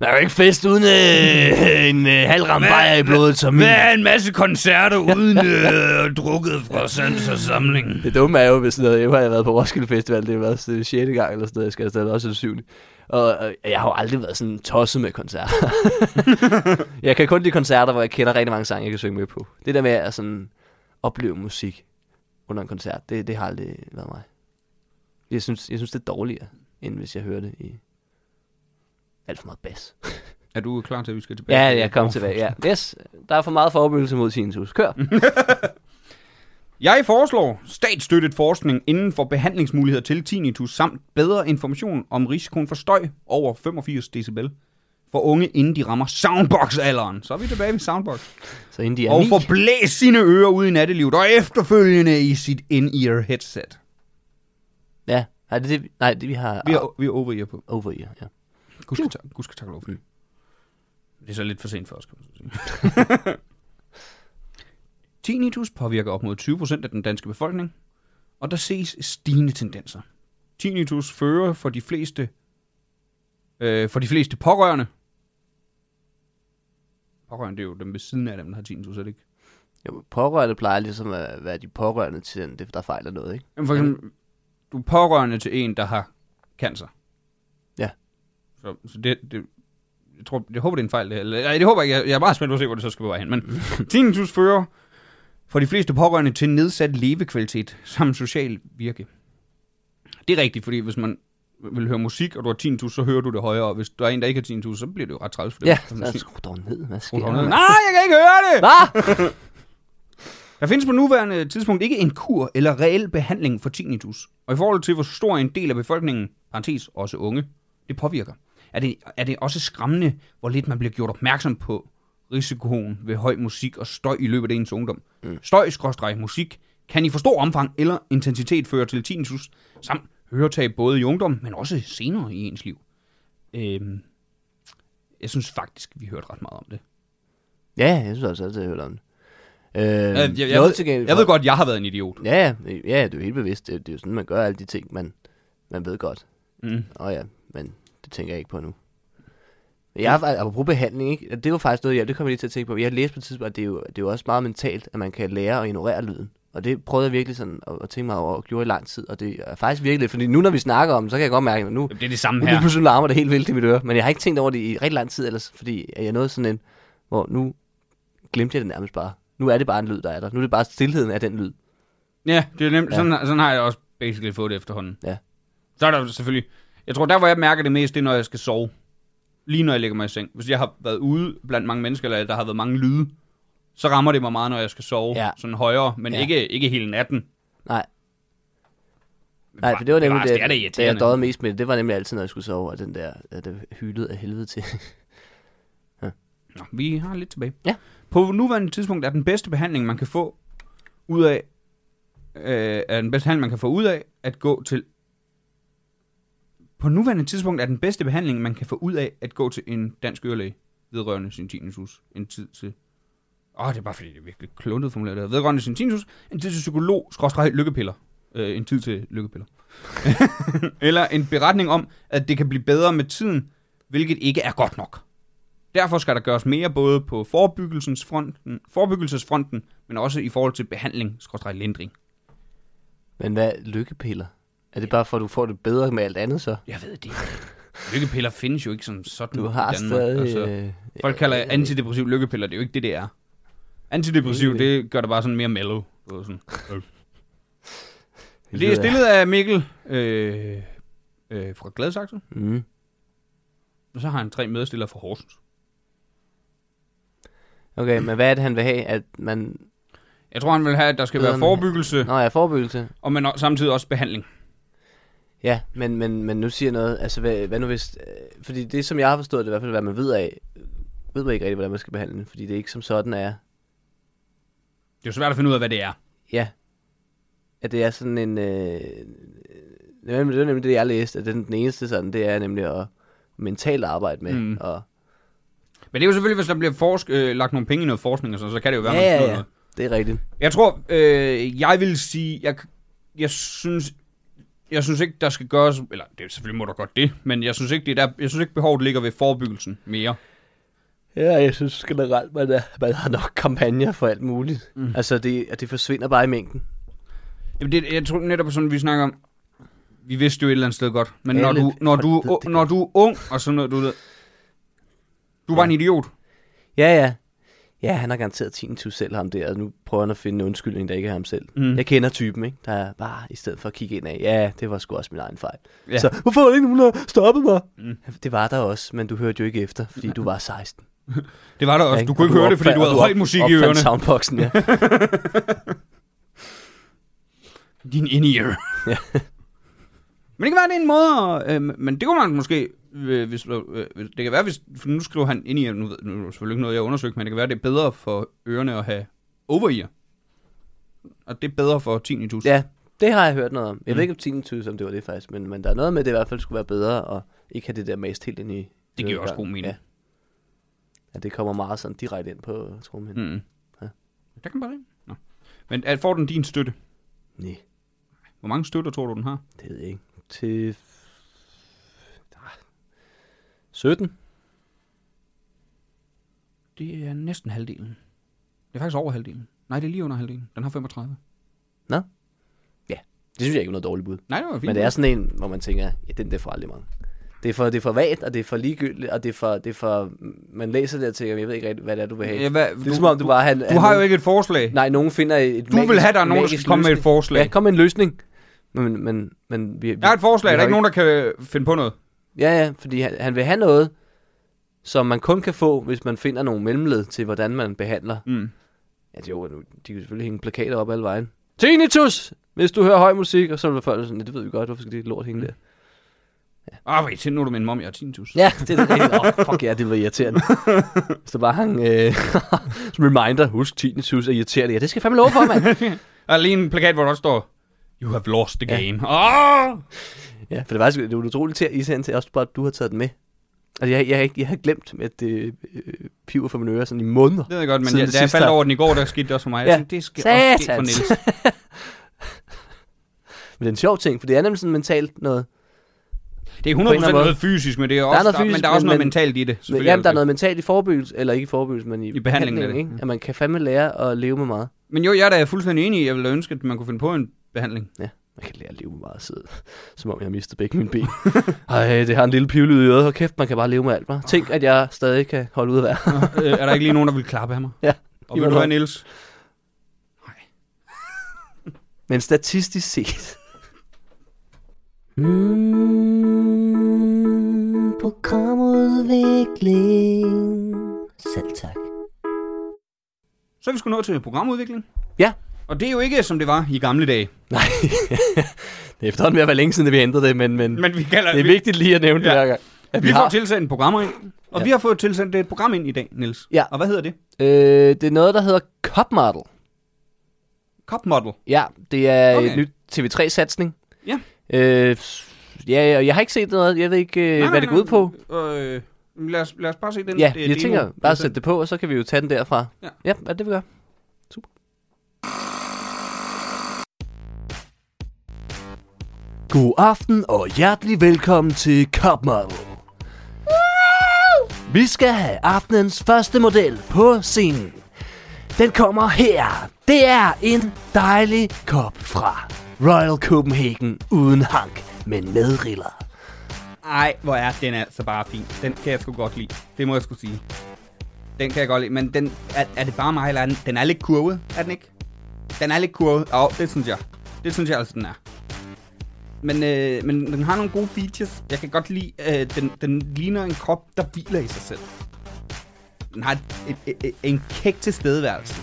Man kan jo ikke fest uden øh, en øh, halv ram bajer i blodet som min. en masse koncerter uden øh, drukket fra sans og samling. Det dumme er jo, hvis sådan noget, nu har jeg været på Roskilde Festival, det har været øh, 6. gang eller sådan noget, jeg skal afsted, eller også 7. Og øh, jeg har jo aldrig været sådan tosset med koncerter. jeg kan kun lide koncerter, hvor jeg kender rigtig mange sange, jeg kan synge med på. Det der med at sådan opleve musik under en koncert, det, det har aldrig været mig. Jeg synes, jeg synes, det er dårligere, end hvis jeg hører det i alt for meget bas. Er du klar til, at vi skal tilbage? Ja, jeg kom tilbage. Ja. Yes, der er for meget forebyggelse mod tinnitus. Kør. Jeg foreslår statsstøttet forskning inden for behandlingsmuligheder til tinnitus, samt bedre information om risikoen for støj over 85 decibel for unge, inden de rammer soundbox-alderen. Så er vi tilbage ved soundbox. Så inden de er Og ni. forblæs sine ører ude i nattelivet, og efterfølgende i sit in-ear headset. Ja, nej, det, er det, vi- nej det, vi har... Vi er, vi er over ear på. Over ear, ja. Gud skal tak- Gud skal tak lov for det. Det er så lidt for sent for os, kan man så sige. Tinnitus påvirker op mod 20% af den danske befolkning, og der ses stigende tendenser. Tinnitus fører for de fleste, øh, for de fleste pårørende. Pårørende, det er jo dem ved siden af dem, der har tinnitus, er det ikke? Jo, pårørende plejer ligesom at være de pårørende til den, der fejler noget, ikke? Jamen for eksempel, du er pårørende til en, der har cancer. Ja. Så, så det, det, jeg, tror, jeg håber, det er en fejl. Det, her. eller, nej, det håber jeg ikke. Jeg, jeg er meget spændt på at se, hvor det så skal på vej hen. Men tinnitus fører for de fleste pårørende til nedsat levekvalitet samt social virke. Det er rigtigt, fordi hvis man vil høre musik, og du har 10.000, så hører du det højere. Og hvis der er en, der ikke har 10.000, så bliver det jo ret træls for dem. Ja, Så man så siger, skru dog ned. Hvad "Skru sker dog ned." der? Nej, jeg kan ikke høre det! Ah! Der findes på nuværende tidspunkt ikke en kur eller reel behandling for tinnitus. Og i forhold til, hvor stor en del af befolkningen, parentes også unge, det påvirker, er det, er det også skræmmende, hvor lidt man bliver gjort opmærksom på risikoen ved høj musik og støj i løbet af ens ungdom. Mm. Støj, skråstreg, musik kan i for stor omfang eller intensitet føre til tinnitus, samt høretab både i ungdom, men også senere i ens liv. Øhm, jeg synes faktisk, vi hørte ret meget om det. Ja, jeg synes altså også altid, jeg har hørt om det. Øh, Jeg, jeg, jeg, jeg, jeg ved godt, jeg har været en idiot. Ja, ja, øh, ja, det er jo helt bevidst. Det, det er jo sådan, man gør alle de ting, man, man ved godt. Mm. Og ja, men det tænker jeg ikke på nu. Men Jeg har faktisk- apropos behandling, ikke? det var faktisk noget, jeg, det kom jeg lige til at tænke på. Jeg læste på et tidspunkt, at det er, jo, det er jo også meget mentalt, at man kan lære at ignorere lyden. Og det prøvede jeg virkelig sådan at, at tænke mig over og gjorde i lang tid. Og det er faktisk virkelig, fordi nu når vi snakker om det, så kan jeg godt mærke, at nu, Jamen, Det er det samme nu lige her. pludselig larmer det helt vildt i mit øre. Men jeg har ikke tænkt over det i rigtig lang tid ellers, fordi at jeg nåede sådan en, hvor nu glemte jeg det nærmest bare. Nu er det bare en lyd, der er der. Nu er det bare stillheden af den lyd. Ja, det er nemt. Ja. Ja. Sådan, sådan har jeg også basically fået det efterhånden. Ja. Så er der jo selvfølgelig... Jeg tror, der hvor jeg mærker det mest, det er, når jeg skal sove. Lige når jeg lægger mig i seng. Hvis jeg har været ude blandt mange mennesker, eller der har været mange lyde, så rammer det mig meget, når jeg skal sove. Ja. Sådan højere, men Ja. ja. ikke, ikke hele natten. Nej. Nej, for det var Bevares, nemlig det, det er da det, det jeg irriterende. døde mest med. Det, det var nemlig altid, når jeg skulle sove, og den der, at det hylede af helvede til. Nå, vi har lidt tilbage. Ja. På nuværende tidspunkt er den bedste behandling, man kan få ud af, øh, er den bedste behandling, man kan få ud af, at gå til på nuværende tidspunkt er den bedste behandling, man kan få ud af, at gå til en dansk ørelæge vedrørende sin tinnitus en tid til... Åh, det er bare fordi, det er virkelig kluntet formuleret. det her. Vedrørende sin tinnitus, en tid til psykolog, skråstrej, lykkepiller. Øh, en tid til lykkepiller. Eller en beretning om, at det kan blive bedre med tiden, hvilket ikke er godt nok. Derfor skal der gøres mere både på forebyggelsesfronten, forebyggelsesfronten men også i forhold til behandling, skråstrej lindring. Men hvad lykkepiller? Er det bare for, at du får det bedre med alt andet så? Jeg ved det ikke. Lykkepiller findes jo ikke som sådan Du har i Mm, Danmark. stadig... Altså, øh, folk kalder det antidepressiv lykkepiller, det er jo ikke det, det er. Antidepressiv, det gør det bare sådan mere mellow. Du ved, Sådan. Det er stillet af Mikkel øh, øh, fra Gladsaxe, Mm. og så har han tre medstillere fra Horsens. Okay, men hvad er det, han vil have, at man... Jeg tror, han vil have, at der skal Bedre være med- forebyggelse, Nå ja, forebyggelse. og men o- samtidig også behandling. Ja, men, men, men nu siger jeg noget, altså hvad, hvad nu hvis, øh, fordi det som jeg har forstået, det er i hvert fald, hvad man ved af, øh, ved man ikke rigtig, hvordan man skal behandle det, fordi det ikke som sådan er, Det er jo svært at finde ud af, hvad det er. ja, at det er sådan en, øh, det var nemlig- det var nemlig det, jeg læste, at den, den eneste sådan, det er nemlig at mentalt arbejde med, mm. Mm. og Men det er jo selvfølgelig, hvis der bliver forsk, øh, lagt nogle penge i noget forskning, og sådan, så kan det jo være, man finder noget. det er rigtigt. Jeg tror, øh, jeg vil sige, jeg, jeg synes, jeg synes ikke, der skal gøres, eller det, er- selvfølgelig må der godt det, men jeg synes ikke, det er der, jeg synes ikke behovet ligger ved forebyggelsen mere. Ja, jeg synes generelt, man, er, man har nok kampagner for alt muligt. Mm. Altså, det, at det forsvinder bare i mængden. Jamen, det, jeg tror netop, som vi snakker om, vi vidste jo et eller andet sted godt, men når Alle du, når, folk ved du, det når du er ung, og sådan noget, du ved, du var en idiot. Ja, ja. Ja, han har garanteret 10.000 selv ham der, og nu prøver han at finde en undskyldning, der ikke er ham selv. Mm. Mm. Jeg kender typen, ikke? Der er bare, i stedet for at kigge ind af, ja, det var sgu også min egen fejl. Ja. Ja. Så, hvorfor var der ikke nogen, der stoppede mig? Mm. Det var der også, men du hørte jo ikke efter, fordi du var 16. Det var der også. ikke? Du kunne Og ikke høre det, fordi opfand- du og havde høj op- musik i opfandt ørerne. soundboxen, ja. Din in-ear. Ja. men det kan være, det er en måde at, øh, Men det kunne man måske... Øh, hvis, øh, hvis- det kan være, hvis... For nu skriver han ind i... Nu, ved- nu er det selvfølgelig ikke noget, jeg undersøgte, men det kan være, det er bedre for ørerne at have over-ear. Og det er bedre for tinnitus. Ja, det har jeg hørt noget om. Jeg mm. ved ikke om tinnitus, om det var det faktisk, men, men der er noget med, at det i hvert fald skulle være bedre at ikke have det der mast helt ind i Det giver øret også engang. god mening. Ja. ja, det kommer meget sådan direkte ind på trommen. Mm. Mm. Ja. ja. Der kan man bare ringe. Nå. Men at, får den din støtte? Nej, Hvor mange støtter tror du, den har? det ved jeg ikke. Til... Ah. 17? Det er næsten halvdelen. Det er faktisk over halvdelen. Nej, det er lige under halvdelen. Den har 35. Det synes jeg ikke er noget dårligt bud. Nej, det var fint. Men det er sådan en, hvor man tænker, ja, den der får aldrig mange. Det er for, det er for vagt, og det er for ligegyldigt, og det er for, det er for man læser det og tænker, jeg ved ikke rigtigt, hvad det er, du vil have. Ja, hvad, det er som om, du bare... Han, du har jo ikke et forslag. Nej, nogen finder et Du vil have, der er nogen, der skal komme med et forslag. Ja, kom med en løsning. Men, men, men vi, vi, Jeg har et forslag, vi der er har ikke nogen, der kan øh, finde på noget. Ja, ja, fordi han, han vil have noget, som man kun kan få, hvis man finder nogle mellemled til, hvordan man behandler. Mm. Ja, det er jo, de kan jo selvfølgelig hænge plakater op alle vejen. Tinnitus! Hvis du hører høj musik, og så vil folk sådan, "Ja, det ved vi godt, hvorfor skal det lort hænge der? Ah, wait, nu er du min mom, jeg er tinnitus. Ja, det er det. Åh, oh, fuck ja, det var irriterende. så bare hang øh, som reminder, husk tinnitus er irriterende. Ja, det skal jeg fandme love for, mand. Der er lige en plakat, hvor der også står, You have lost the game. Ah! ja, for det var faktisk- det var utroligt til at irriterende til, også bare, at du har taget den med. Altså, jeg, jeg, har ikke- jeg har glemt, at det øh, piver for mine ører sådan i måneder. Det ved jeg godt, men Siden jeg, det da jeg sidste faldt har- over den i går, der skete det også for mig. Ja. Ja. Tænkte, det skal også ske for Satans. Niels. Men det er en sjov ting, for det er nemlig sådan mentalt noget. Det er anden 100% måde. noget fysisk, men det er er også, noget der er men fysisk, der er også men- noget men- mentalt i det. Men, selvfølgelig jamen, der er altså. noget mentalt i forebyggelse, eller ikke i forebyggelse, men i, I behandlingen af det. Ikke? At man kan fandme lære at leve med meget. Men jo, jeg er da fuldstændig enig i, jeg ville ønske, at man kunne finde på en behandling. Man kan lære at leve med meget sidde, som om jeg har mistet begge mine ben. Ej, det har en lille pivlyd i øret. Hold kæft, man kan bare leve med alt, hva'? Tænk, at jeg stadig kan holde ud af vejr. Øh, er der ikke lige nogen, der vil klappe af mig? Ja. Og vil du have, Niels? Men statistisk set... Hmm, Mm, programudvikling. Selv tak. Så er vi sgu nået til programudvikling. Ja. Og det er jo ikke, som det var i gamle dage. Nej, det er efterhånden ved at være længe siden, at vi ændrede det, men, men, men Men vi kalder det er vi, vigtigt lige at nævne ja. Ja. det hver gang. At vi, vi, får har, tilsendt programmer ind. Og Ja. vi har fået tilsendt et program ind i dag, Niels. Ja. Og hvad hedder det? øh, det er noget, der hedder Cup Model. Cup Model. Ja, det er okay. Okay. et nyt TV3-satsning. Ja. Øh, ja, og jeg har ikke set noget. Jeg ved ikke, øh, hvad det går ud på. Øh, lad, os, lad os bare se den. Ja, øh, jeg demo, tænker du har bare at sendt. sætte det på, og så kan vi jo tage den derfra. Ja. ja hvad er det, vi gør? Super. God aften og hjertelig velkommen til Cup Model. Vi skal have aftenens første model på scenen. Den kommer her. Det er en dejlig kop fra Royal Copenhagen uden hank, men med riller. Ej, hvor er den altså bare fin. Den kan jeg sgu godt lide. Det må jeg sgu sige. Den kan jeg godt lide, men den, er, er det bare mig, eller er den, den er lidt kurvet, er den ikke? Den er lidt kurvet. Åh, oh, det synes jeg. Det synes jeg altså, den er. Men, øh, men den har nogle gode features. Jeg kan godt lide, øh, den, den ligner en krop, der hviler i sig selv. Den har et, et, et, et, en kæk tilstedeværelse.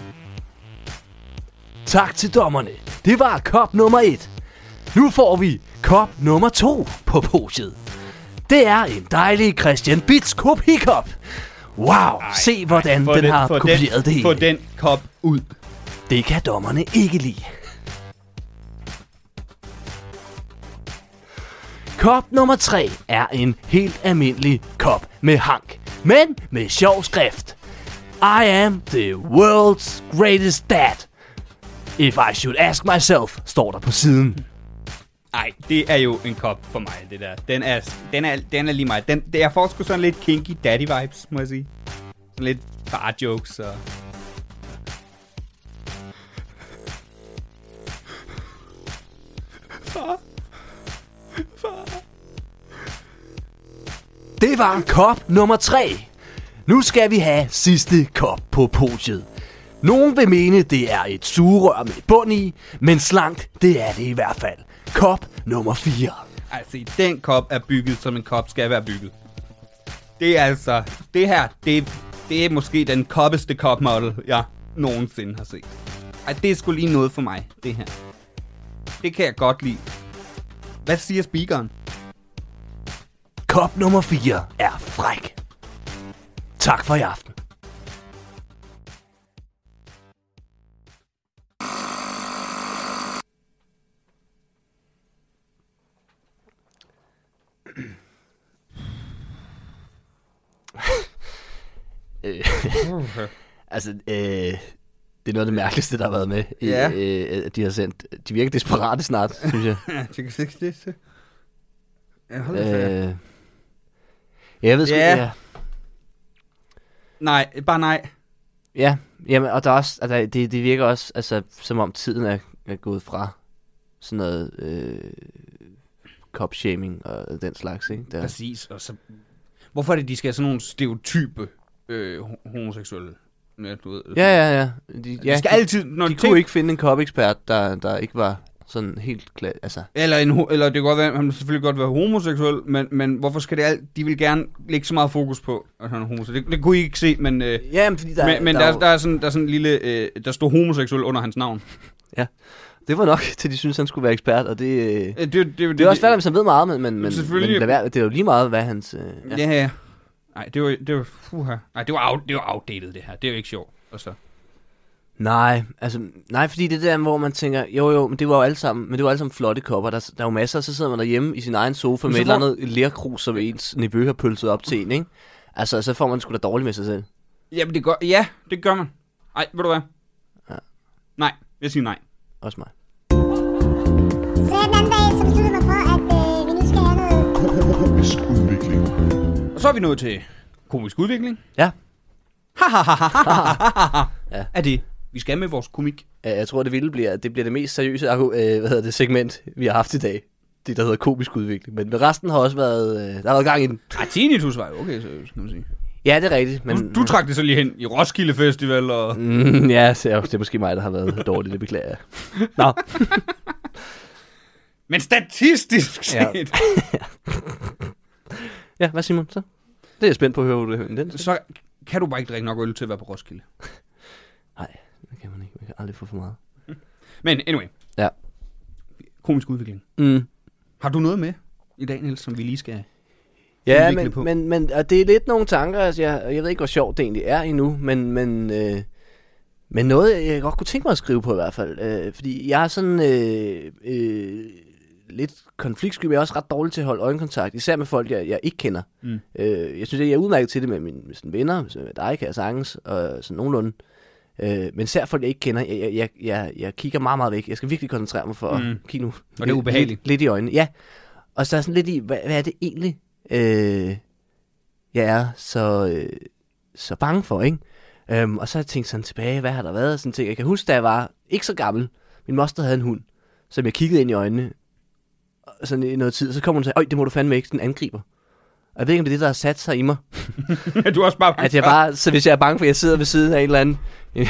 Tak til dommerne. Det var kop nummer 1. Nu får vi kop nummer 2 på podiet. Det er en dejlig Christian Bits kopikop. Wow, ej, se hvordan ej, den, den har kopieret det hele. Få den kop ud. Det kan dommerne ikke lide. Kop nummer 3 er en helt almindelig kop med hank, men med sjov skrift. I am the world's greatest dad. If I should ask myself, står der på siden. Ej, det er jo en kop for mig, det der. Den er, den er, den er lige mig. Den, det, jeg får sgu sådan lidt kinky daddy vibes, må jeg sige. Sådan lidt far jokes og... Det var kop nummer 3. Nu skal vi have sidste kop på podiet. Nogen vil mene, det er et sugerør med bund i, men slankt, det er det i hvert fald. Kop nummer 4. Ej, se, Altså, den kop er bygget, som en kop skal være bygget. Det er altså... Det her, det, det er måske den koppeste kopmodel, jeg nogensinde har set. Ej, det er sgu lige noget for mig, det her. Det kan jeg godt lide. Hvad siger speakeren? Kop nummer 4 er fræk. Tak for i aften. Altså, øh, det er noget af det mærkeligste, der har været med. I, Ja. øh, at de har sendt. De virker desperate snart, synes jeg. Ja, det kan det. Ja, hold da fast. øh, ja, jeg ved sgu, Ja. ja. Nej, bare nej. Ja, jamen, og der er også, altså, det, det virker også, altså, som om tiden er, er gået fra sådan noget øh, cop-shaming og den slags, ikke? Der, Præcis, og så... Hvorfor er det, de skal have sådan nogle stereotype øh, ho- homoseksuelle? Ja, du ved, ja, ja, ja. De, ja, De skal altid... Når de, de kunne ikke finde en cop-ekspert, der, der ikke var Sådan helt klart, altså... Eller, en, ho- eller det kan godt være, han vil selvfølgelig godt være homoseksuel, men, men hvorfor skal det alt... De vil gerne lægge så meget fokus på, at han er homoseksuel. Det, det kunne I ikke se, men... Øh, Ja, men fordi der, men, men der, der, er sådan, der er sådan en lille... Øh, der står homoseksuel under hans navn. Det var nok, til de synes han skulle være ekspert, og det... Øh, Øh, Det, det, det, det er også færdigt, hvis han ved meget, men, men, men, Selvfølgelig. men lad være, det er jo lige meget, hvad hans... Øh, ja. Ja, ja. Nej, det var... Det var, fuha. Nej, det var, out, det var outdated, det her. Det er jo ikke sjovt. altså. Og så. Nej, altså, nej, fordi det der, hvor man tænker, jo jo, men det var jo alle sammen, men det var alle sammen flotte kopper, der, der er jo masser, og så sidder man derhjemme i sin egen sofa med et eller andet lerkrus, som ens nevø har pølset op til en, ikke? Altså, så får man sgu da dårligt med sig selv. Jamen, det gør... Ja, det gør man. Nej, ved du hvad? Ja. Nej, jeg siger nej. Også mig. Så den anden dag, så besluttede jeg mig for, at øh, vi nu skal have noget Komisk udvikling. Og så er vi nået til komisk udvikling. Ja, Er det, vi skal med vores komik. øh, jeg tror, det vilde bliver, det bliver det mest seriøse argu- øh, hvad hedder det, segment, vi har haft i dag. Det, der hedder komisk udvikling. Men resten har også været, øh, der har været gang i den. Ej, tinnitus var jo okay, seriøst, kan man sige. Ja, det er rigtigt, men... Du, du trak det så lige hen i Roskilde Festival, og... Mm, ja, så, det er måske mig, der har været dårlig, det beklager jeg. Nå, Men statistisk Ja. set, ja, hvad Simon, så? Det er jeg spændt på at høre, hvor du hører den. så kan du bare ikke drikke nok øl til at være på Roskilde. Nej, det kan man ikke. Man kan aldrig få for meget. Men anyway. Ja. Komisk udvikling. Mm. Har du noget med i dag, Niels, som vi lige skal... Ja, Udvikle men, på. men, men og det er lidt nogle tanker, altså jeg, og jeg ved ikke, hvor sjovt det egentlig er endnu, men, men, øh, men noget, jeg godt kunne tænke mig at skrive på i hvert fald. Øh, fordi jeg er sådan øh, øh, lidt konfliktsky, men jeg er også ret dårlig til at holde øjenkontakt, især med folk, jeg, jeg ikke kender. Mm. Øh, jeg synes, at jeg er udmærket til det med mine med sådan venner, med sådan- med dig kan jeg sagtens, og sådan nogenlunde. Øh, men især folk, jeg ikke kender, jeg, jeg, jeg, jeg, jeg kigger meget, meget væk. Jeg skal virkelig koncentrere mig for mm. Mm. at kigge nu. Og det er ubehageligt. Lidt, lidt i øjnene, ja. Og så er jeg sådan lidt i, hvad, hvad er det egentlig, øh, jeg er så, øh, så bange for, ikke? Øhm, og så har jeg tænkt sådan tilbage, hvad har der været? og Sådan ting. Jeg kan huske, da jeg var ikke så gammel, min moster havde en hund, som jeg kiggede ind i øjnene, og sådan i noget tid, så kom hun og sagde, Øj, det må du fandme ikke, den angriber. Og jeg ved ikke, om det er det, der har sat sig i mig. du er også bare... At jeg bare, så hvis jeg er bange for, at jeg sidder ved siden af en eller anden, en,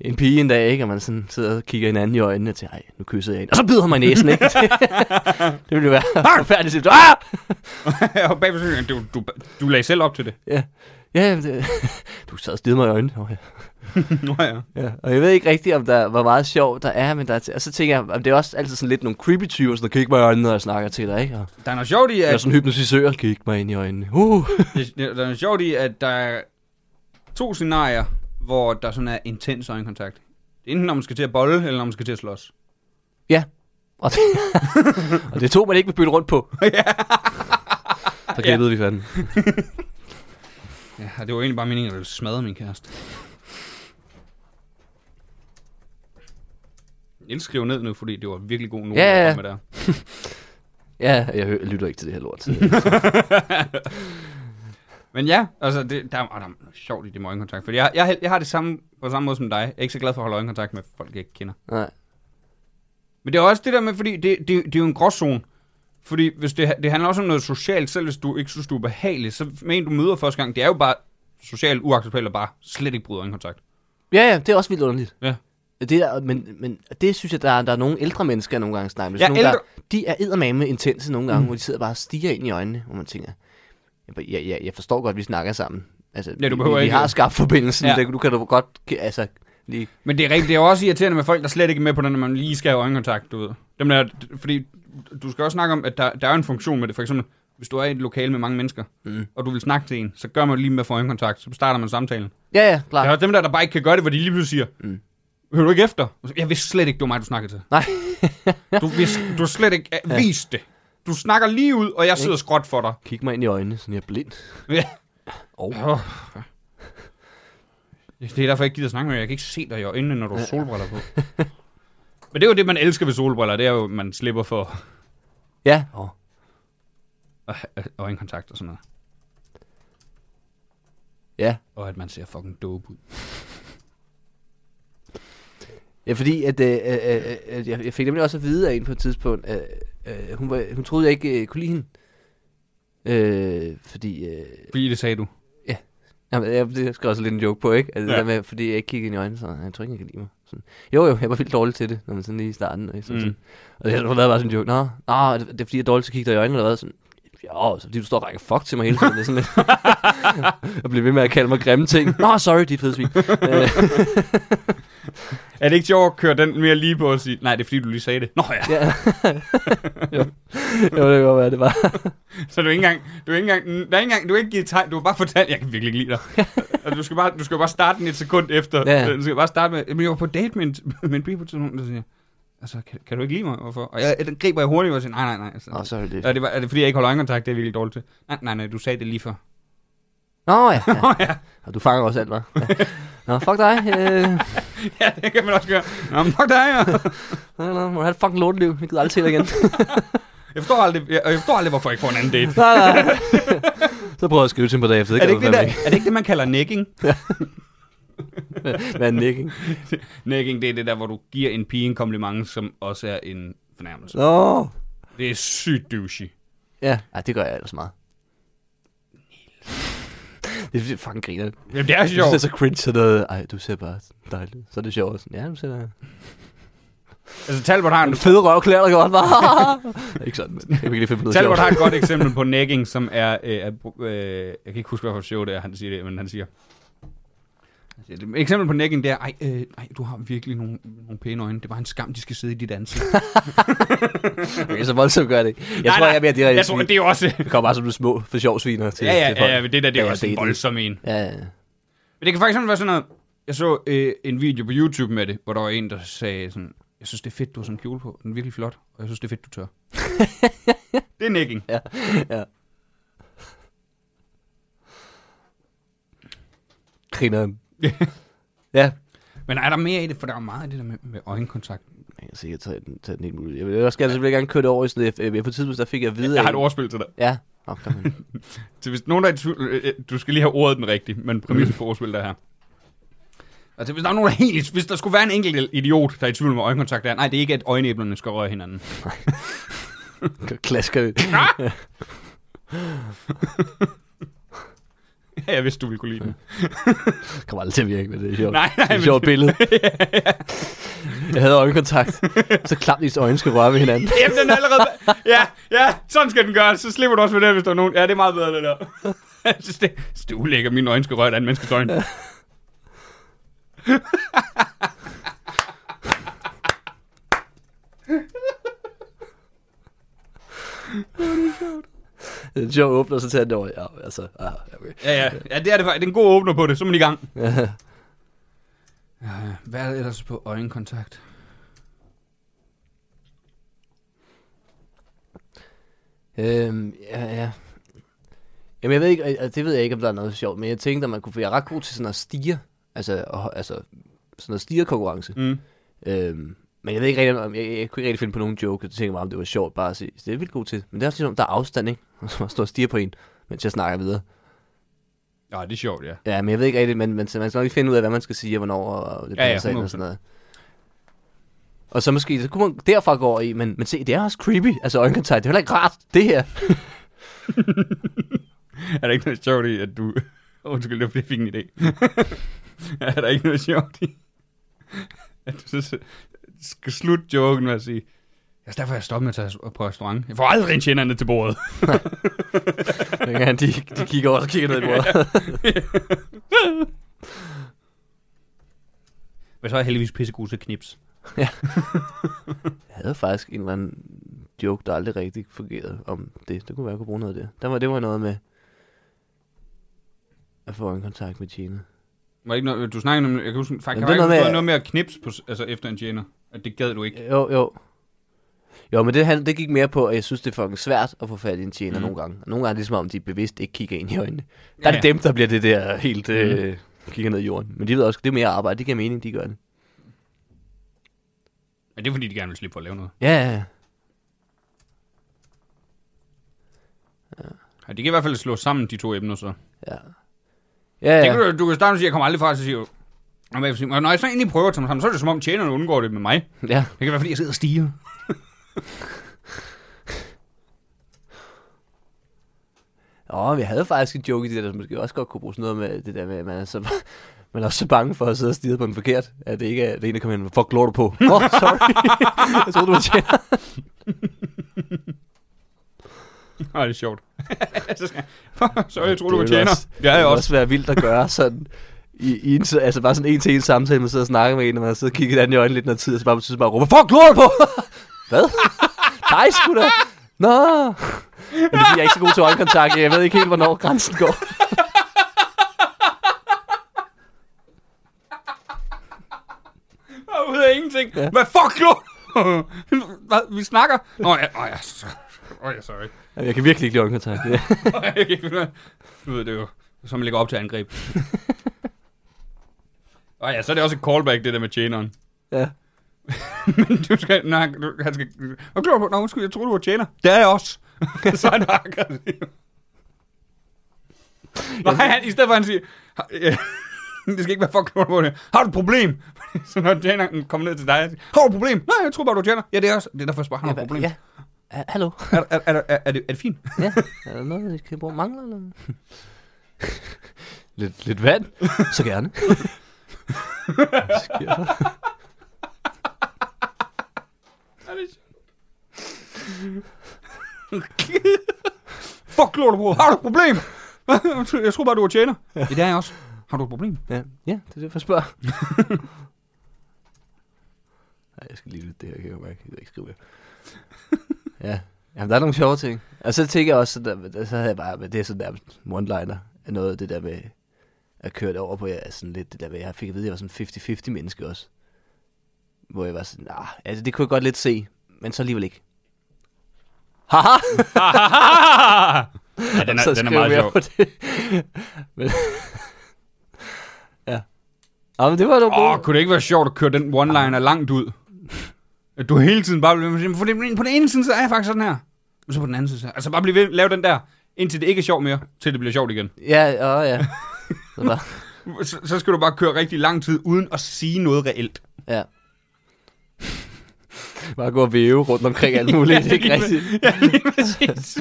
en pige en dag, ikke? og man sådan sidder og kigger hinanden i øjnene og tænker, ej, nu kysser jeg hende. Og så bider han mig i næsen, ikke? det ville jo være forfærdeligt. hvis du- Ah! og bagved synes jeg, du, du, du lagde selv op til det. Ja, det, du sad og stirrede mig i øjnene. Nå, ja. Nå ja. Ja, og jeg ved ikke rigtigt, om der, hvor meget sjov der er, men der er til, og så tænker jeg, om det er også altid sådan lidt nogle creepy typer, sådan, der kigger mig i øjnene, når jeg snakker til dig, ikke? Og, Der er noget sjovt i, ja. at, sådan en hypnotisør, kigger mig ind i øjnene. Uh. det- der er noget sjovt i, at der er to scenarier, hvor der sådan er intens øjenkontakt. Enten når man skal til at bolle, eller når man skal til at slås. Og, det, og det er to, man ikke vil bytte rundt på. ja. Så klippede ja. vi fanden. Ja, det var egentlig bare meningen, at jeg ville smadre min kæreste. Niels skriver ned nu, fordi det var virkelig god note, Ja, ja, der ja. kom med der. Ja, jeg, hø- lytter ikke til det her lort. Men ja, altså, det, der, er, ah, der er noget sjovt i det med øjenkontakt. Fordi jeg, jeg, jeg har det samme, på samme måde som dig. Jeg er ikke så glad for at holde øjenkontakt med folk, jeg ikke kender. Nej. Men det er også det der med, fordi det, det, det er jo en gråzone. Fordi hvis det, det handler også om noget socialt, selv hvis du ikke synes, du er behagelig, så med en, du møder første gang, det er jo bare socialt uacceptabelt at bare slet ikke bryde øjenkontakt. Ja, ja, det er også vildt underligt. Ja. Det er, men, men det synes jeg, der er, der er nogle ældre mennesker nogle gange snakker. med. Ja, Sådan nogle, ældre- der, de er eddermame intense nogle gange, mm. hvor de sidder bare og stiger ind i øjnene, hvor man tænker, jeg, jeg, jeg, jeg forstår godt, at vi snakker sammen. Altså, Ja, du vi, behøver vi, vi ikke- har skabt forbindelsen, Ja. ja. du kan da godt, altså, lige... Men det er rigtigt, det er jo også irriterende med folk, der slet ikke er med på den, når man lige skal have øjenkontakt, du ved. Dem der, fordi du skal også snakke om, at der, der er en funktion med det. For eksempel, hvis du er i et lokale med mange mennesker, mm. og du vil snakke til en, så gør man lige med at få øjenkontakt, så starter man samtalen. Ja, ja, klart. Der er også dem der, der bare ikke kan gøre det, hvor de lige pludselig siger, mm. Mm. hører du ikke efter? Jeg vidste slet ikke, det var mig, du snakkede til. Nej. Du, vidste, du har slet ikke ja. vist det. Du snakker lige ud, og jeg sidder skråt for dig. Kig mig ind i øjnene, sådan jeg er blind. Ja. Og Åh. Det er derfor, jeg ikke gider snakke med dig. Jeg kan ikke se dig i øjnene, når du har solbriller på. Men det er jo det, man elsker ved solbriller. Det er jo, at man slipper for ja, oh. at have øjenkontakt og sådan noget. ja. Og at man ser fucking dope ud. Ja, fordi at, øh, øh, øh, øh, jeg, jeg fik nemlig også at vide af en på et tidspunkt, at øh, hun, var, hun troede, jeg ikke øh, kunne lide hende. Øh, fordi... Øh, Fordi det sagde du. jamen, jeg, det skal jeg også lidt en joke på, ikke? Altså, Ja. ja. der med, fordi jeg ikke kiggede ind i øjnene, så jeg tror ikke, jeg kan lide mig. Sådan. Jo, jo, jeg var vildt dårlig til det, når man sådan lige i starten. Og, så, mm. sådan. og jeg har bare sådan en joke, nå, nå, er det, er det fordi, jeg er dårlig til at kigge dig i øjnene, eller hvad? Sådan, ja, så fordi du står og rækker fuck til mig hele tiden. Det er sådan lidt. og bliver ved med at kalde mig grimme ting. Nå, sorry, dit fede svin. Øh, Er det ikke sjovt at køre den mere lige på og sige, nej, det er fordi, du lige sagde det. Nå ja, ja. jo. jo, det kan godt være, det var. så du er ikke engang, du er ikke engang, der er ikke engang, du har ikke givet tegn, du har bare fortalt, jeg kan virkelig ikke lide dig. altså, du skal bare, du skal bare starte den et sekund efter. Ja. Ja. Du skal bare starte med, men jeg var på date med en, med en pige på et tidspunkt, der siger, altså, kan, kan, du ikke lide mig? Hvorfor? Og jeg, den griber jeg hurtigt og siger, nej, nej, nej. Altså, Nå, sorry, det. er, det, var- er det fordi, jeg ikke holder øjenkontakt? Det er jeg virkelig dårligt til. Nej, nej, nej, du sagde det lige før. Nå, ja. ja. Og du fanger også alt, hva'? Ja. Nå, fuck dig. Øh, ja, det kan man også gøre. Nå, men fuck dig, ja. nå, nå, må du have et fucking lorteliv. Jeg gider aldrig til dig igen. Jeg forstår aldrig, jeg, jeg forstår aldrig hvorfor jeg ikke får en anden date. nej, nej. Så prøver jeg at skrive til ham på dagen efter. Er det, ikke det, der, er det ikke det, man kalder necking? der? Hvad er Nick, ikke? Necking, det er det der, hvor du giver en pige en kompliment, som også er en fornærmelse. Nå. Det er sygt douchey. Ja, Ej, det gør jeg ellers meget. Det er fordi, jeg fucking griner. Jeg Jamen, det er synes, det er sjovt. så cringe sådan noget. Ej, du ser bare dejlig. ud. Så er det sjovt. Sådan, ja, du ser da... Altså, Talbot har en, En fed røvklæder, der godt var. ikke sådan, men jeg kan ikke lige finde på noget Talbot sjovt. har et godt eksempel på necking, som er... Øh, er øh, jeg kan ikke huske, hvad for et show det er, han siger det, men han siger... han siger, Et eksempel på necking, det er, ej, øh, ej, du har virkelig nogle, nogle pæne øjne. Det var en skam, de skal sidde i dit ansigt. Jeg Okay, så voldsomt gør jeg det. ikke. Jeg tror, jeg er mere direkte. Jeg tror, det er jo også... Det kommer bare som du små for sjov sviner til, Ja, ja, til folk. ja, ja, men det der, det er Ja, jo også det en er det. voldsom en. Ja, ja, ja. Men det kan faktisk være sådan noget... Jeg så øh, en video på YouTube med det, hvor der var en, der sagde sådan... Jeg synes, det er fedt, du har sådan en kjole på. Den er virkelig flot. Og jeg synes, det er fedt, du tør. det er nækking. Ja, ja. Grineren. ja. Men er der mere i det? For der er jo meget af det der med, med øjenkontakt. Jeg kan sikkert tage den, tage den helt muligt. Jeg vil også gerne, så vil jeg gerne køre det over i sådan et... øh, Jeg på et tidspunkt, der fik jeg at vide... Jeg har at- et ordspil til dig. Ja. Nå, kom med. Så hvis nogen der er i tvivl, øh, øh, du skal lige have ordet den rigtige, men præmissen for ordspil der her. Altså, hvis der er nogen, der er helt... Hvis der skulle være en enkelt idiot, der er i tvivl med øjenkontakt, der er, nej, det er ikke, at øjenæblerne skal røre hinanden. Klasker det. Ja, jeg vidste, du ville kunne lide den. Kommer aldrig til at virke, men det er sjovt. Nej, nej, det er et men- sjovt billede. Jeg havde øjenkontakt. Så klamt ens øjne skal røre ved hinanden. Jamen, den er allerede... Ja, ja, sådan skal den gøres. Så slipper du også med det, hvis der er nogen... Ja, det er meget bedre, det der. Jeg synes, det, jeg synes, det er ulækkert, mine øjne skal røre et andet menneskes øjne. Det er en sjov åbner, så tager den over. Ja, altså. Ah, okay. Ja, ja, ja, det er det faktisk. Det er en god åbner på det. Så er man i gang. Ja, ja. Hvad er der ellers på øjenkontakt? Øhm, ja, ja. Jamen, jeg ved ikke, altså, det ved jeg ikke, om der er noget sjovt, men jeg tænkte, at man kunne, for jeg er ret god til sådan at stige, altså, og, altså sådan noget stigerkonkurrence. Mm. Øhm, men jeg ved ikke rigtig, om jeg, jeg, jeg, kunne ikke rigtig finde på nogen joke, og så tænkte jeg bare, om det var sjovt bare at sige, det er jeg vildt god til. Men det er også ligesom, der er afstand, ikke? Og så bare står og stiger på en, mens jeg snakker videre. Ja, det er sjovt, ja. Ja, men jeg ved ikke rigtigt, men, men så man skal nok lige finde ud af, hvad man skal sige, og hvornår, og det Ja, ja, passer ind og 100%. sådan noget. Og så måske, så kunne man derfra gå over i, men, men se, det er også creepy, altså øjenkontakt, det er heller ikke rart, det her. Er der ikke noget sjovt i, at du... Undskyld, det var fordi, jeg fik en idé. er der ikke noget sjovt i, at du så skal slutte joken med at sige, jeg derfor er jeg stoppet med at tage på restaurant. Jeg får aldrig tjenerne til bordet. Ja, de, de kigger over, så kigger ned i bordet. Men så er jeg heldigvis pissegod til knips. Jeg havde faktisk en eller anden joke, der aldrig rigtig fungerede om det. Det kunne være, jeg kunne bruge noget af det. Der var, det var noget med at få en kontakt med Tjene. Var ikke noget, du snakkede om, jeg kan huske, faktisk, Jamen, har det er noget, noget med, med- noget med at knips på, altså efter en tjener. At det gad du ikke. Jo, jo. Jo, men det, han- det gik mere på, at jeg synes, det er fucking svært at få fat i en tjener mm. nogle gange. Nogle gange er det ligesom om, de bevidst ikke kigger ind i øjnene. Der er Ja, det ja. dem, der bliver det der helt øh, kigger ned i jorden. Men de ved også, det er mere arbejde. Det giver mening, de gør det. Men det er fordi, de gerne vil slippe for at lave noget. Ja, ja, ja. Ja, de kan i hvert fald slå sammen de to emner så. Ja, ja. Det ja. kan du, du kan starte med at sige, jeg kommer aldrig fra, så siger du, "Nå, men jeg vil sige, når jeg så egentlig prøver at tage mig sammen, så er det som om tjenerne undgår det med mig. ja. Det kan være, fordi jeg sidder og stiger. Åh, vi havde faktisk en joke i det der, der måske også godt kunne bruge sådan noget med det der med, at man er så, men også så bange for at sidde og stirre på den forkert, at det ikke er det ene, der kommer hen. Fuck, lår du på? Åh, oh, sorry. jeg troede, du var tjener. Nej, det er sjovt. så skal jeg, så jeg tror, du var ville tjener. også- Ja, det jeg ville også. også være vildt at gøre sådan. I, i en, altså bare sådan en til en samtale, man sidder og snakker med en, og man sidder og kigger hinanden i øjnene lidt noget tid, og så bare, så bare råber, fuck, lort på! Hvad? Dig sgu da! Nå! Men det er, fordi, jeg er ikke så god til øjenkontakt, jeg ved ikke helt, hvornår grænsen går. Og ud af ingenting. Ja. Hvad fuck, lå? Hvad? Vi snakker? Nå, ja, åh, ja, så- åh, ja, sorry. Jamen, Jeg kan virkelig ikke lide øjenkontakt. Det- Åh, jeg kan ikke finde ud af- Du ved det jo. Som ligger op til angreb. Og ja, så er det også et callback, det der med tjeneren. Ja. Men du skal... Nej, du, han skal... Og klog på, nå, undskyld, jeg troede, du var tjener. Det er jeg også. så er altså. han aggressiv. Nej, han, i stedet for, at han siger... "Ha- ja, det skal ikke være fucking på det. Har du et problem? så når tjeneren kommer ned til dig, han siger, har du et problem? Nej, jeg tror bare, du er tjener. Ja, det er også. Det er derfor, jeg spørger, har du et problem? Ja. Ha- Hallo? Er, er, er, er, er, det, er det fint? Ja. Er der noget, jeg kan bruge mangler? Eller? lidt, lidt vand? Så gerne. Hvad sker der? Fuck, lort, bror. Har du et problem? Undskyld, jeg tror bare, du er tjener. Ja. Det er jeg også. Har du et problem? Ja, ja det er det, jeg spørger. Nej, jeg skal lige lytte det her, kan jeg mærke. Jeg kan ikke skrive mere. Ja, Jamen, der er nogle sjove ting. Og så tænker jeg også, at der, så havde jeg bare, men det er sådan nærmest one-liner, af noget af det der med at køre det over på, jeg er sådan lidt det der med, jeg fik at vide, at jeg var sådan 50-50 menneske også. Hvor jeg var sådan, nah, altså det kunne jeg godt lidt se, men så alligevel ikke. Haha! ja, den er, den er så skriver meget jeg sjov. på det. men, ja. Ah, men det var da Åh, oh, godt. kunne det ikke være sjovt at køre den one-liner langt ud? At du hele tiden bare bliver ved med at sige, for det- på den ene side, så er jeg faktisk sådan her. Men så på den anden side, så, altså bare blive ved, lave den der, indtil det ikke er sjovt mere, til det bliver sjovt igen. Ja, åh, ja. Så bare, Så, så skal du bare køre rigtig lang tid, uden at sige noget reelt. ja. Bare gå og væve rundt omkring alt muligt. det er ikke rigtigt. Ja, lige præcis.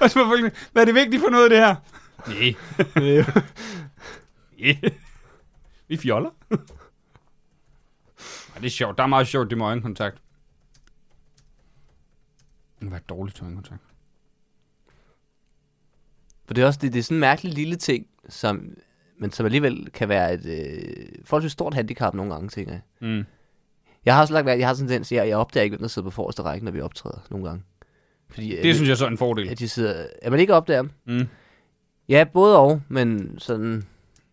Og så folk, hvad er det vigtigt for noget af det her? Nej. Yeah. Vi fjoller. Ej, det er sjovt. Der er meget sjovt, det med øjenkontakt. Det var dårligt til øjenkontakt. For det er også det, det er sådan en mærkelig lille ting, som, men som alligevel kan være et øh, forholdsvis stort handicap nogle gange, tænker jeg. Mm. Jeg har også lagt mærke, jeg har sådan en tendens, jeg, jeg opdager ikke, hvem der sidder på forreste række, når vi optræder nogle gange. Fordi, øh, Det synes jeg så er en fordel. at de sidder... At man ikke opdager dem? Mm. Ja, både og, men sådan...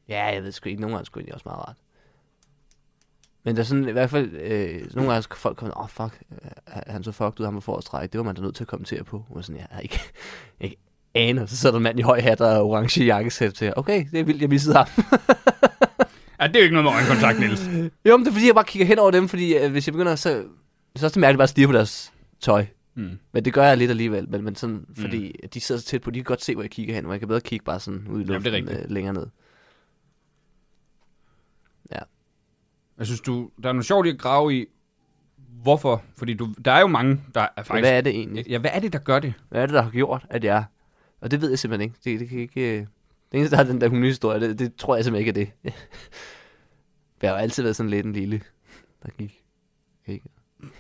Ja, jeg ved sgu ikke. Nogle gange skulle det også meget rart. Men der er sådan, i hvert fald, øh, nogle gange kan folk komme, åh, oh, fuck, øh, han så fucked ud, han var for at strække. Det var man da nødt til at kommentere på. Og sådan, jeg har ikke, jeg ikke aner. Så sidder der en mand i høj hat og orange jakkesæt til. Okay, det er vildt, jeg missede ham. Ja, det er jo ikke noget med øjenkontakt, Niels. jo, men det er fordi, jeg bare kigger hen over dem, fordi øh, hvis jeg begynder, så, så er det også mærkeligt bare at stige på deres tøj. Mm. Men det gør jeg lidt alligevel, men, men sådan, fordi at de sidder så tæt på, de kan godt se, hvor jeg kigger hen, og jeg kan bedre kigge bare sådan ud i Jamen, det er luften rigtigt. øh, længere ned. Jeg synes, du, der er noget sjovt i at grave i, hvorfor. Fordi du, der er jo mange, der er Og faktisk... hvad er det egentlig? Ja, hvad er det, der gør det? Hvad er det, der har gjort, at jeg... Og det ved jeg simpelthen ikke. Det, det kan ikke... øh, Det eneste, der har den der kommunisthistorie, det, det tror jeg simpelthen ikke er det. jeg har jo altid været sådan lidt en lille, der gik. Ikke?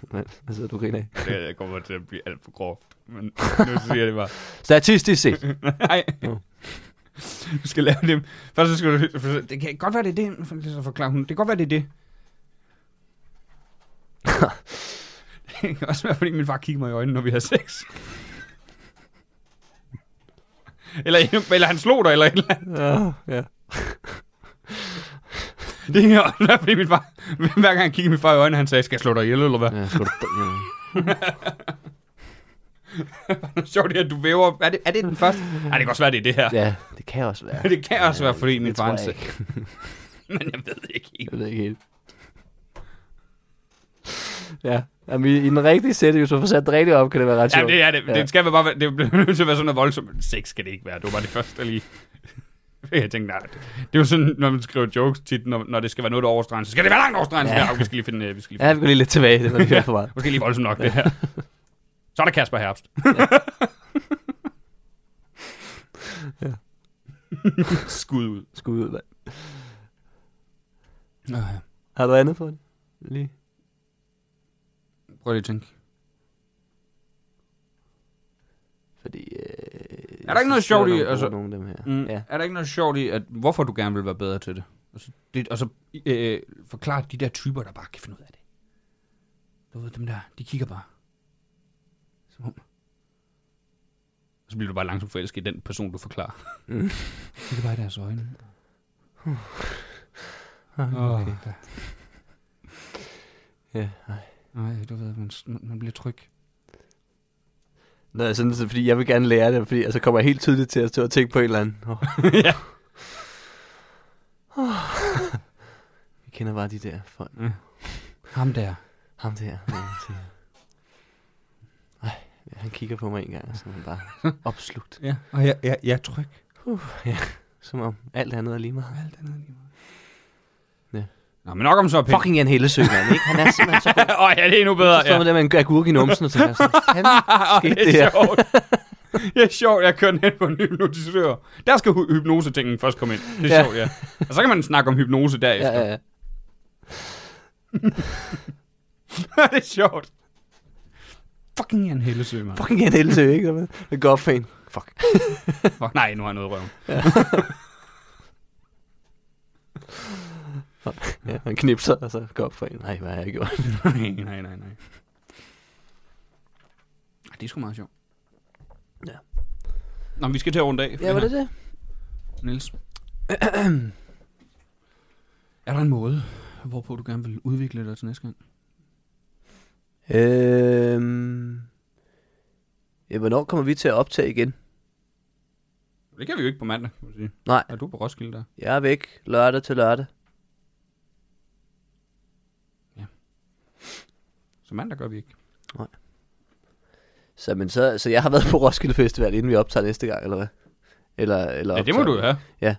Hvad hvad sidder du og griner af? Det kommer til at blive alt for groft. Men nu siger jeg det bare. Statistisk set. Nej. Nå. Du skal lave det. Først så skal du... for- Det kan godt være, det er det. for- Så forklarer hun. Det kan godt være, det er det. det kan også være, fordi min far kigger mig i øjnene, når vi har sex. eller, eller han slog dig, eller et eller andet. ja, ja. Det kan også være, fordi min far... Hver gang han kiggede min far i øjnene, han sagde, skal jeg slå dig ihjel, eller hvad? ja, sgu da- ja. Ja. Sjovt det her, du væver. Er det, er det den første? Nej, det kan også være, det er det her. ja, det kan også være. Ja. Det kan også være, fordi min Det far... tror han jeg sagde- ikke. Men jeg ved ikke helt. Jeg ved ikke helt. Ja, Jamen, i, i den rigtige sætte, hvis man får sat det rigtigt op, kan det være ret Ja, sjovt. det er det. Ja. Det skal være bare være- det bliver nødt til at være sådan noget voldsomt. Men Sex skal det ikke være. Det var bare det første jeg lige. Jeg tænkte, nej, det, det er jo sådan, når man skriver jokes tit, når, når det skal være noget der overstreger, så skal det være langt overstreget. Ja. Ja. ja, vi skal lige finde, øh, vi skal lige Ja, finde. vi går lige lidt tilbage. Det var lige for meget. Måske lige voldsomt nok, det her. Så er der Kasper Herbst. Skud ud. Skud ud, mand. Nå ja. Har du andet på det? Lige. Prøv lige at tænke. Fordi, øh, Er der ikke noget sjovt i- Altså... altså- Nogle af dem her. Mm. Mm. Ja. Er der ikke noget sjovt i, at hvorfor du gerne vil være bedre til det? Altså, det, altså øh, forklare de der typer, der bare kan finde ud af det. Du ved, dem der, de kigger bare. Som om. Så bliver du bare langsomt forelsket i den person, du forklarer. Mm. Kigger bare i deres øjne. Okay. Oh, Ja. Nej, du ved, man, man bliver tryg. Nå, sådan, så, fordi jeg vil gerne lære det, fordi altså, kommer jeg helt tydeligt til at stå og tænke på en eller anden. Oh. Ja. Jeg kender bare de der folk. Ham der. Ham der. hvor jeg tænker, Ej, ja, han kigger på mig en gang, og så er han bare opslugt. ja. Og jeg, jeg, jeg er tryg. Som om alt andet er lige meget. Alt andet lige meget. Nå, men nok om så pænt. Fucking Jan Hellesø, mand, ikke? Han er simpelthen så god. Åh, oh, ja, det er endnu bedre. Så står Ja. man der med en agurk i numsen, og tænker sådan, fanden Ah, skete det er det her? sjovt. Det er sjovt, jeg kører ned på en hypnotisør. Der skal hy- hypnose-tingen først komme ind. Det er Ja. ja. sjovt, ja. Og så kan man snakke om hypnose derefter. Ja, ja, ja. det er sjovt. Fucking Jan Hellesø, mand. Fucking Jan Hellesø, ikke? Det går op for en. Fuck. Fuck, nej, nu har jeg noget i røven. Ja, han knipser, og så går op for en. Nej, hvad har jeg gjort? nej, nej, nej, nej. Ej, Det er sgu meget sjovt. Ja. Nå, men vi skal til at runde af. for Ja, var her. det det? Niels. Er der en måde, hvorpå du gerne vil udvikle dig til næste gang? Øhm... Ja, hvornår kommer vi til at optage igen? Det kan vi jo ikke på mandag, kan man sige. Nej. Er du på Roskilde der? Jeg er væk lørdag til lørdag. Så mandag gør vi ikke. Så, men så, så jeg har været på Roskilde Festival, inden vi optager næste gang, eller hvad? Eller, eller Ja, det må optager- du jo have.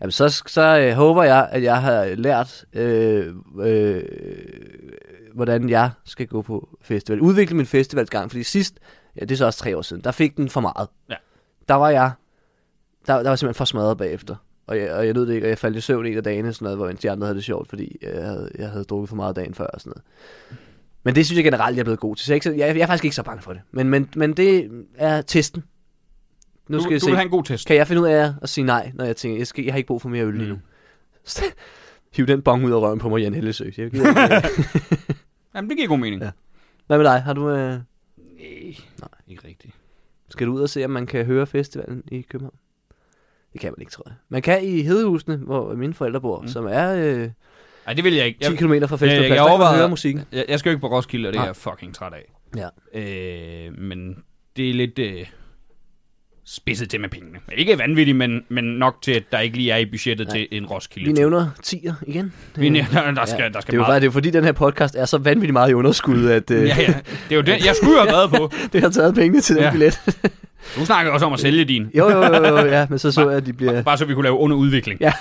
Jamen, så, så øh, håber jeg, at jeg har lært, øh, øh, hvordan jeg skal gå på festival. Udvikle min festivalsgang, fordi sidst, ja, det er så også tre år siden, der fik den for meget. Ja. Der var jeg, der, der var simpelthen for smadret bagefter. Og jeg, og jeg nød det ikke, og jeg faldt i søvn en af dagene, sådan noget, hvor de andre havde det sjovt, fordi jeg havde, jeg havde drukket for meget dagen før og sådan noget. Men det synes jeg generelt, jeg er blevet god til. Så jeg, er ikke så- jeg, jeg er faktisk ikke så bange for det. Men, men, men det er testen. Nu Du, skal du jeg se. vil have en god test. Kan jeg finde ud af at sige nej, når jeg tænker, jeg, skal, jeg har ikke brug for mere øl lige nu? Mm. Hiv den bong ud af røven på mig, Jan Hellesø. Jeg gider ikke. Jamen, det giver god mening. Ja. Hvad med dig? Har du, øh, Ikke rigtigt. skal du ud og se, om man kan høre festivalen i København? Det kan man ikke, tror jeg. Man kan i Hedehusene, hvor mine forældre bor, mm. som er øh, Nej, det vil jeg ikke. 10 Jeg, km fra jeg festivalen. Ja, jeg, overvejede- høre musikken. jeg, jeg skal jo ikke på Roskilde, og det er Nej. jeg fucking træt af. Ja. Øh, men det er lidt øh, spidset til med pengene. Ikke vanvittigt, men, men nok til, at der ikke lige er i budgettet Nej. Nej. til en Roskilde. Vi nævner 10'er igen. Vi nævner, der skal, Ja, der skal det, er jo, bare- meget. det er jo fordi, den her podcast er så vanvittigt meget i underskud, at øh, Ja, ja. Det er jo det, jeg skulle have været på. det har taget pengene til den Ja. billet. Du snakkede også om at sælge din. jo, jo, jo, jo, ja, men så så jeg, at de bliver... Bare så vi kunne lave under udvikling. Ja.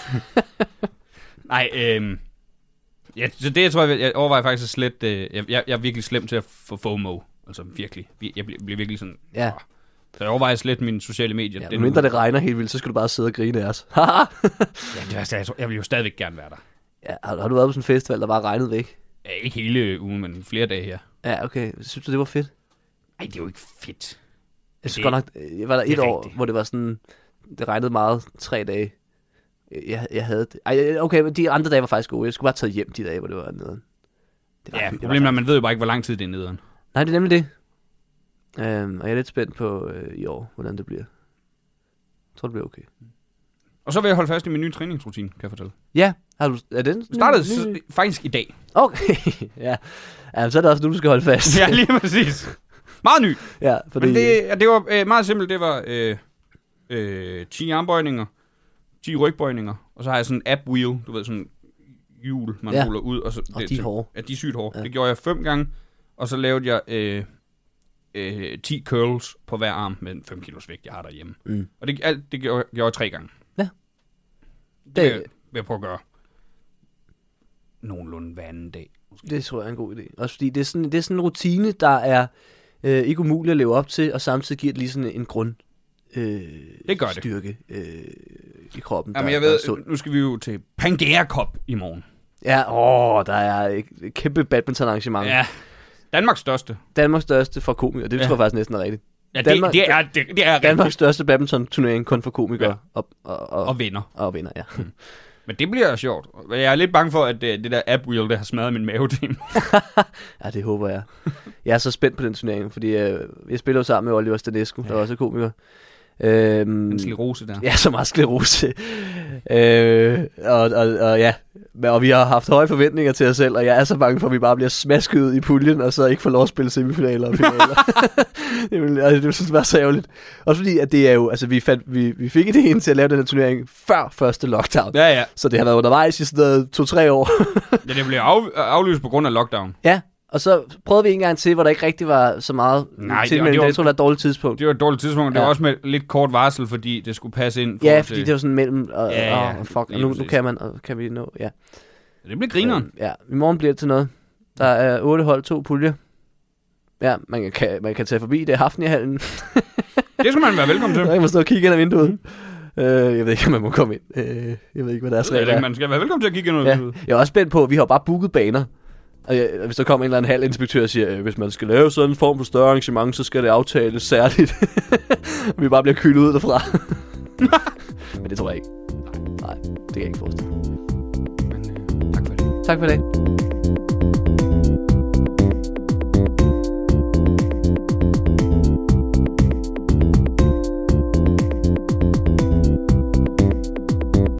Nej, øhm... Ja, så det jeg tror jeg, jeg overvejer faktisk at slet... Øh, jeg, jeg, jeg er virkelig slem til at få FOMO. Altså virkelig. Vi- Jeg bliver, bliver virkelig sådan... Ja. Så jeg overvejer slet mine sociale medier. Ja, Det er men mindre nu- det regner helt vildt, så skal du bare sidde og grine af os. Haha. Ja, det er, altså, jeg, tror, jeg vil jo stadigvæk gerne være der. ja, har, har du været på sådan en festival, der bare regnede væk? Ja, ikke hele ugen, men flere dage her. Ja, okay. Synes du, det var fedt? Ej, det er jo ikke fedt. Jeg synes Det- godt nok, øh, jeg var der det er et år, rigtigt. hvor det var sådan, det regnede meget tre dage. Jeg, jeg havde det. Ej, jeg- okay, men de andre dage var faktisk gode. Jeg skulle bare tage hjem de dage, hvor det var nede. Det Ja, det problemet er, at man ved jo bare ikke, hvor lang tid det er nederen. Nej, det er nemlig det. Øhm, og jeg er lidt spændt på øh, i år, hvordan det bliver. Jeg tror, det bliver okay. Og så vil jeg holde fast i min nye træningsrutine, kan jeg fortælle. Ja, har du, er den? Det startede ny- ny- s- faktisk i dag. Okay, ja. ja. så er det også nu, du skal holde fast. Ja, lige præcis. Meget ny. ja fordi, Men det, ja, det var øh, meget simpelt. Det var øh, øh, 10 armbøjninger, 10 rygbøjninger, og så har jeg sådan en app wheel, du ved, sådan hjul, man Ja. ja. ruller ud. Og, så, Og de er hårde. Ja, de er sygt hårde. Ja. Ja. Det gjorde jeg fem gange, og så lavede jeg øh, øh, 10 curls på hver arm med en 5 kilos vægt, jeg har derhjemme. Mm. Og det, alt det gjorde, gjorde jeg tre gange. Ja. Det, vil Det- jeg, vil jeg prøve at gøre nogenlunde hver anden dag. Det tror jeg er en god idé. Også fordi det er sådan, det er sådan en rutine, der er øh, ikke umulig at leve op til, og samtidig giver det lige sådan en grund øh, Det gør det. styrke øh, i kroppen, Jamen, der, jeg der er ved, sund. nu skal vi jo til Pangea Cup i morgen. Ja, åh, der er et kæmpe badminton-arrangement. Ja. Danmarks største. Danmarks største for komikere. Det Ja. tror jeg faktisk næsten er rigtigt. Ja, det, Danmark- det er, det, det er Danmarks Danmark. største badminton-turnering kun for komikere ja. og, og, og, og, og vinder. og vinder, ja. Men det bliver sjovt. Men Jeg er lidt bange for, at øh, det, det der app wheel, der har smadret min mave til. Ja, det håber jeg. Jeg er så spændt på den turnering, fordi øh, jeg spiller jo sammen med Oliver Stanescu, ja. der også er komiker. Øhm, Den lille rose der. ja, så meget sklerose. øh, og, og, og, ja. Men- og vi har haft høje forventninger til os selv, og jeg er så bange for, at vi bare bliver smasket ud i puljen, og så ikke får lov at spille semifinaler og finaler. det vil, altså, det vil synes jeg var så ærgerligt. Også fordi, at det er jo, altså vi, fandt, vi, vi fik idéen til at lave den her turnering før første lockdown. Ja, ja. Så det har været undervejs i sådan noget to-tre år. ja det blev af, aflyst på grund af lockdown. Ja, og så prøvede vi en gang til, hvor der ikke rigtig var så meget Nej, til, det- men det var- jeg tror, det var et dårligt tidspunkt. Det var et dårligt tidspunkt. Det Ja. var også med lidt kort varsel, fordi det skulle passe ind. Ja, forhold fordi til- det var sådan mellem, og, Ja, ja, ja, ja, og fuck, og lige nu, nu præcis. kan man, og kan vi nå, ja. det blev grineren. Øh, Ja, i morgen bliver det til noget. Der er otte hold, to puljer. Ja, man kan, man kan tage forbi, det er Hafniahallen. Det skal man være velkommen til. Der kan man stå og kigge ind ad vinduet. Øh, jeg ved ikke, om man må komme ind. Øh, jeg ved ikke, hvad deres Mm. Jeg ved regler ikke, er. Man skal være velkommen til at kigge ind ud. Ja. Jeg er også spændt på, at vi har jo bare booket baner. Og jeg, hvis der kommer en eller anden halv inspektør og siger, øh, hvis man skal lave sådan en form for større arrangement, så skal det aftales særligt. Og vi bare bliver kylet ud derfra. Men det tror jeg ikke. Nej, det kan jeg ikke forestille mig. Men, øh, tak for det. Tak for i dag.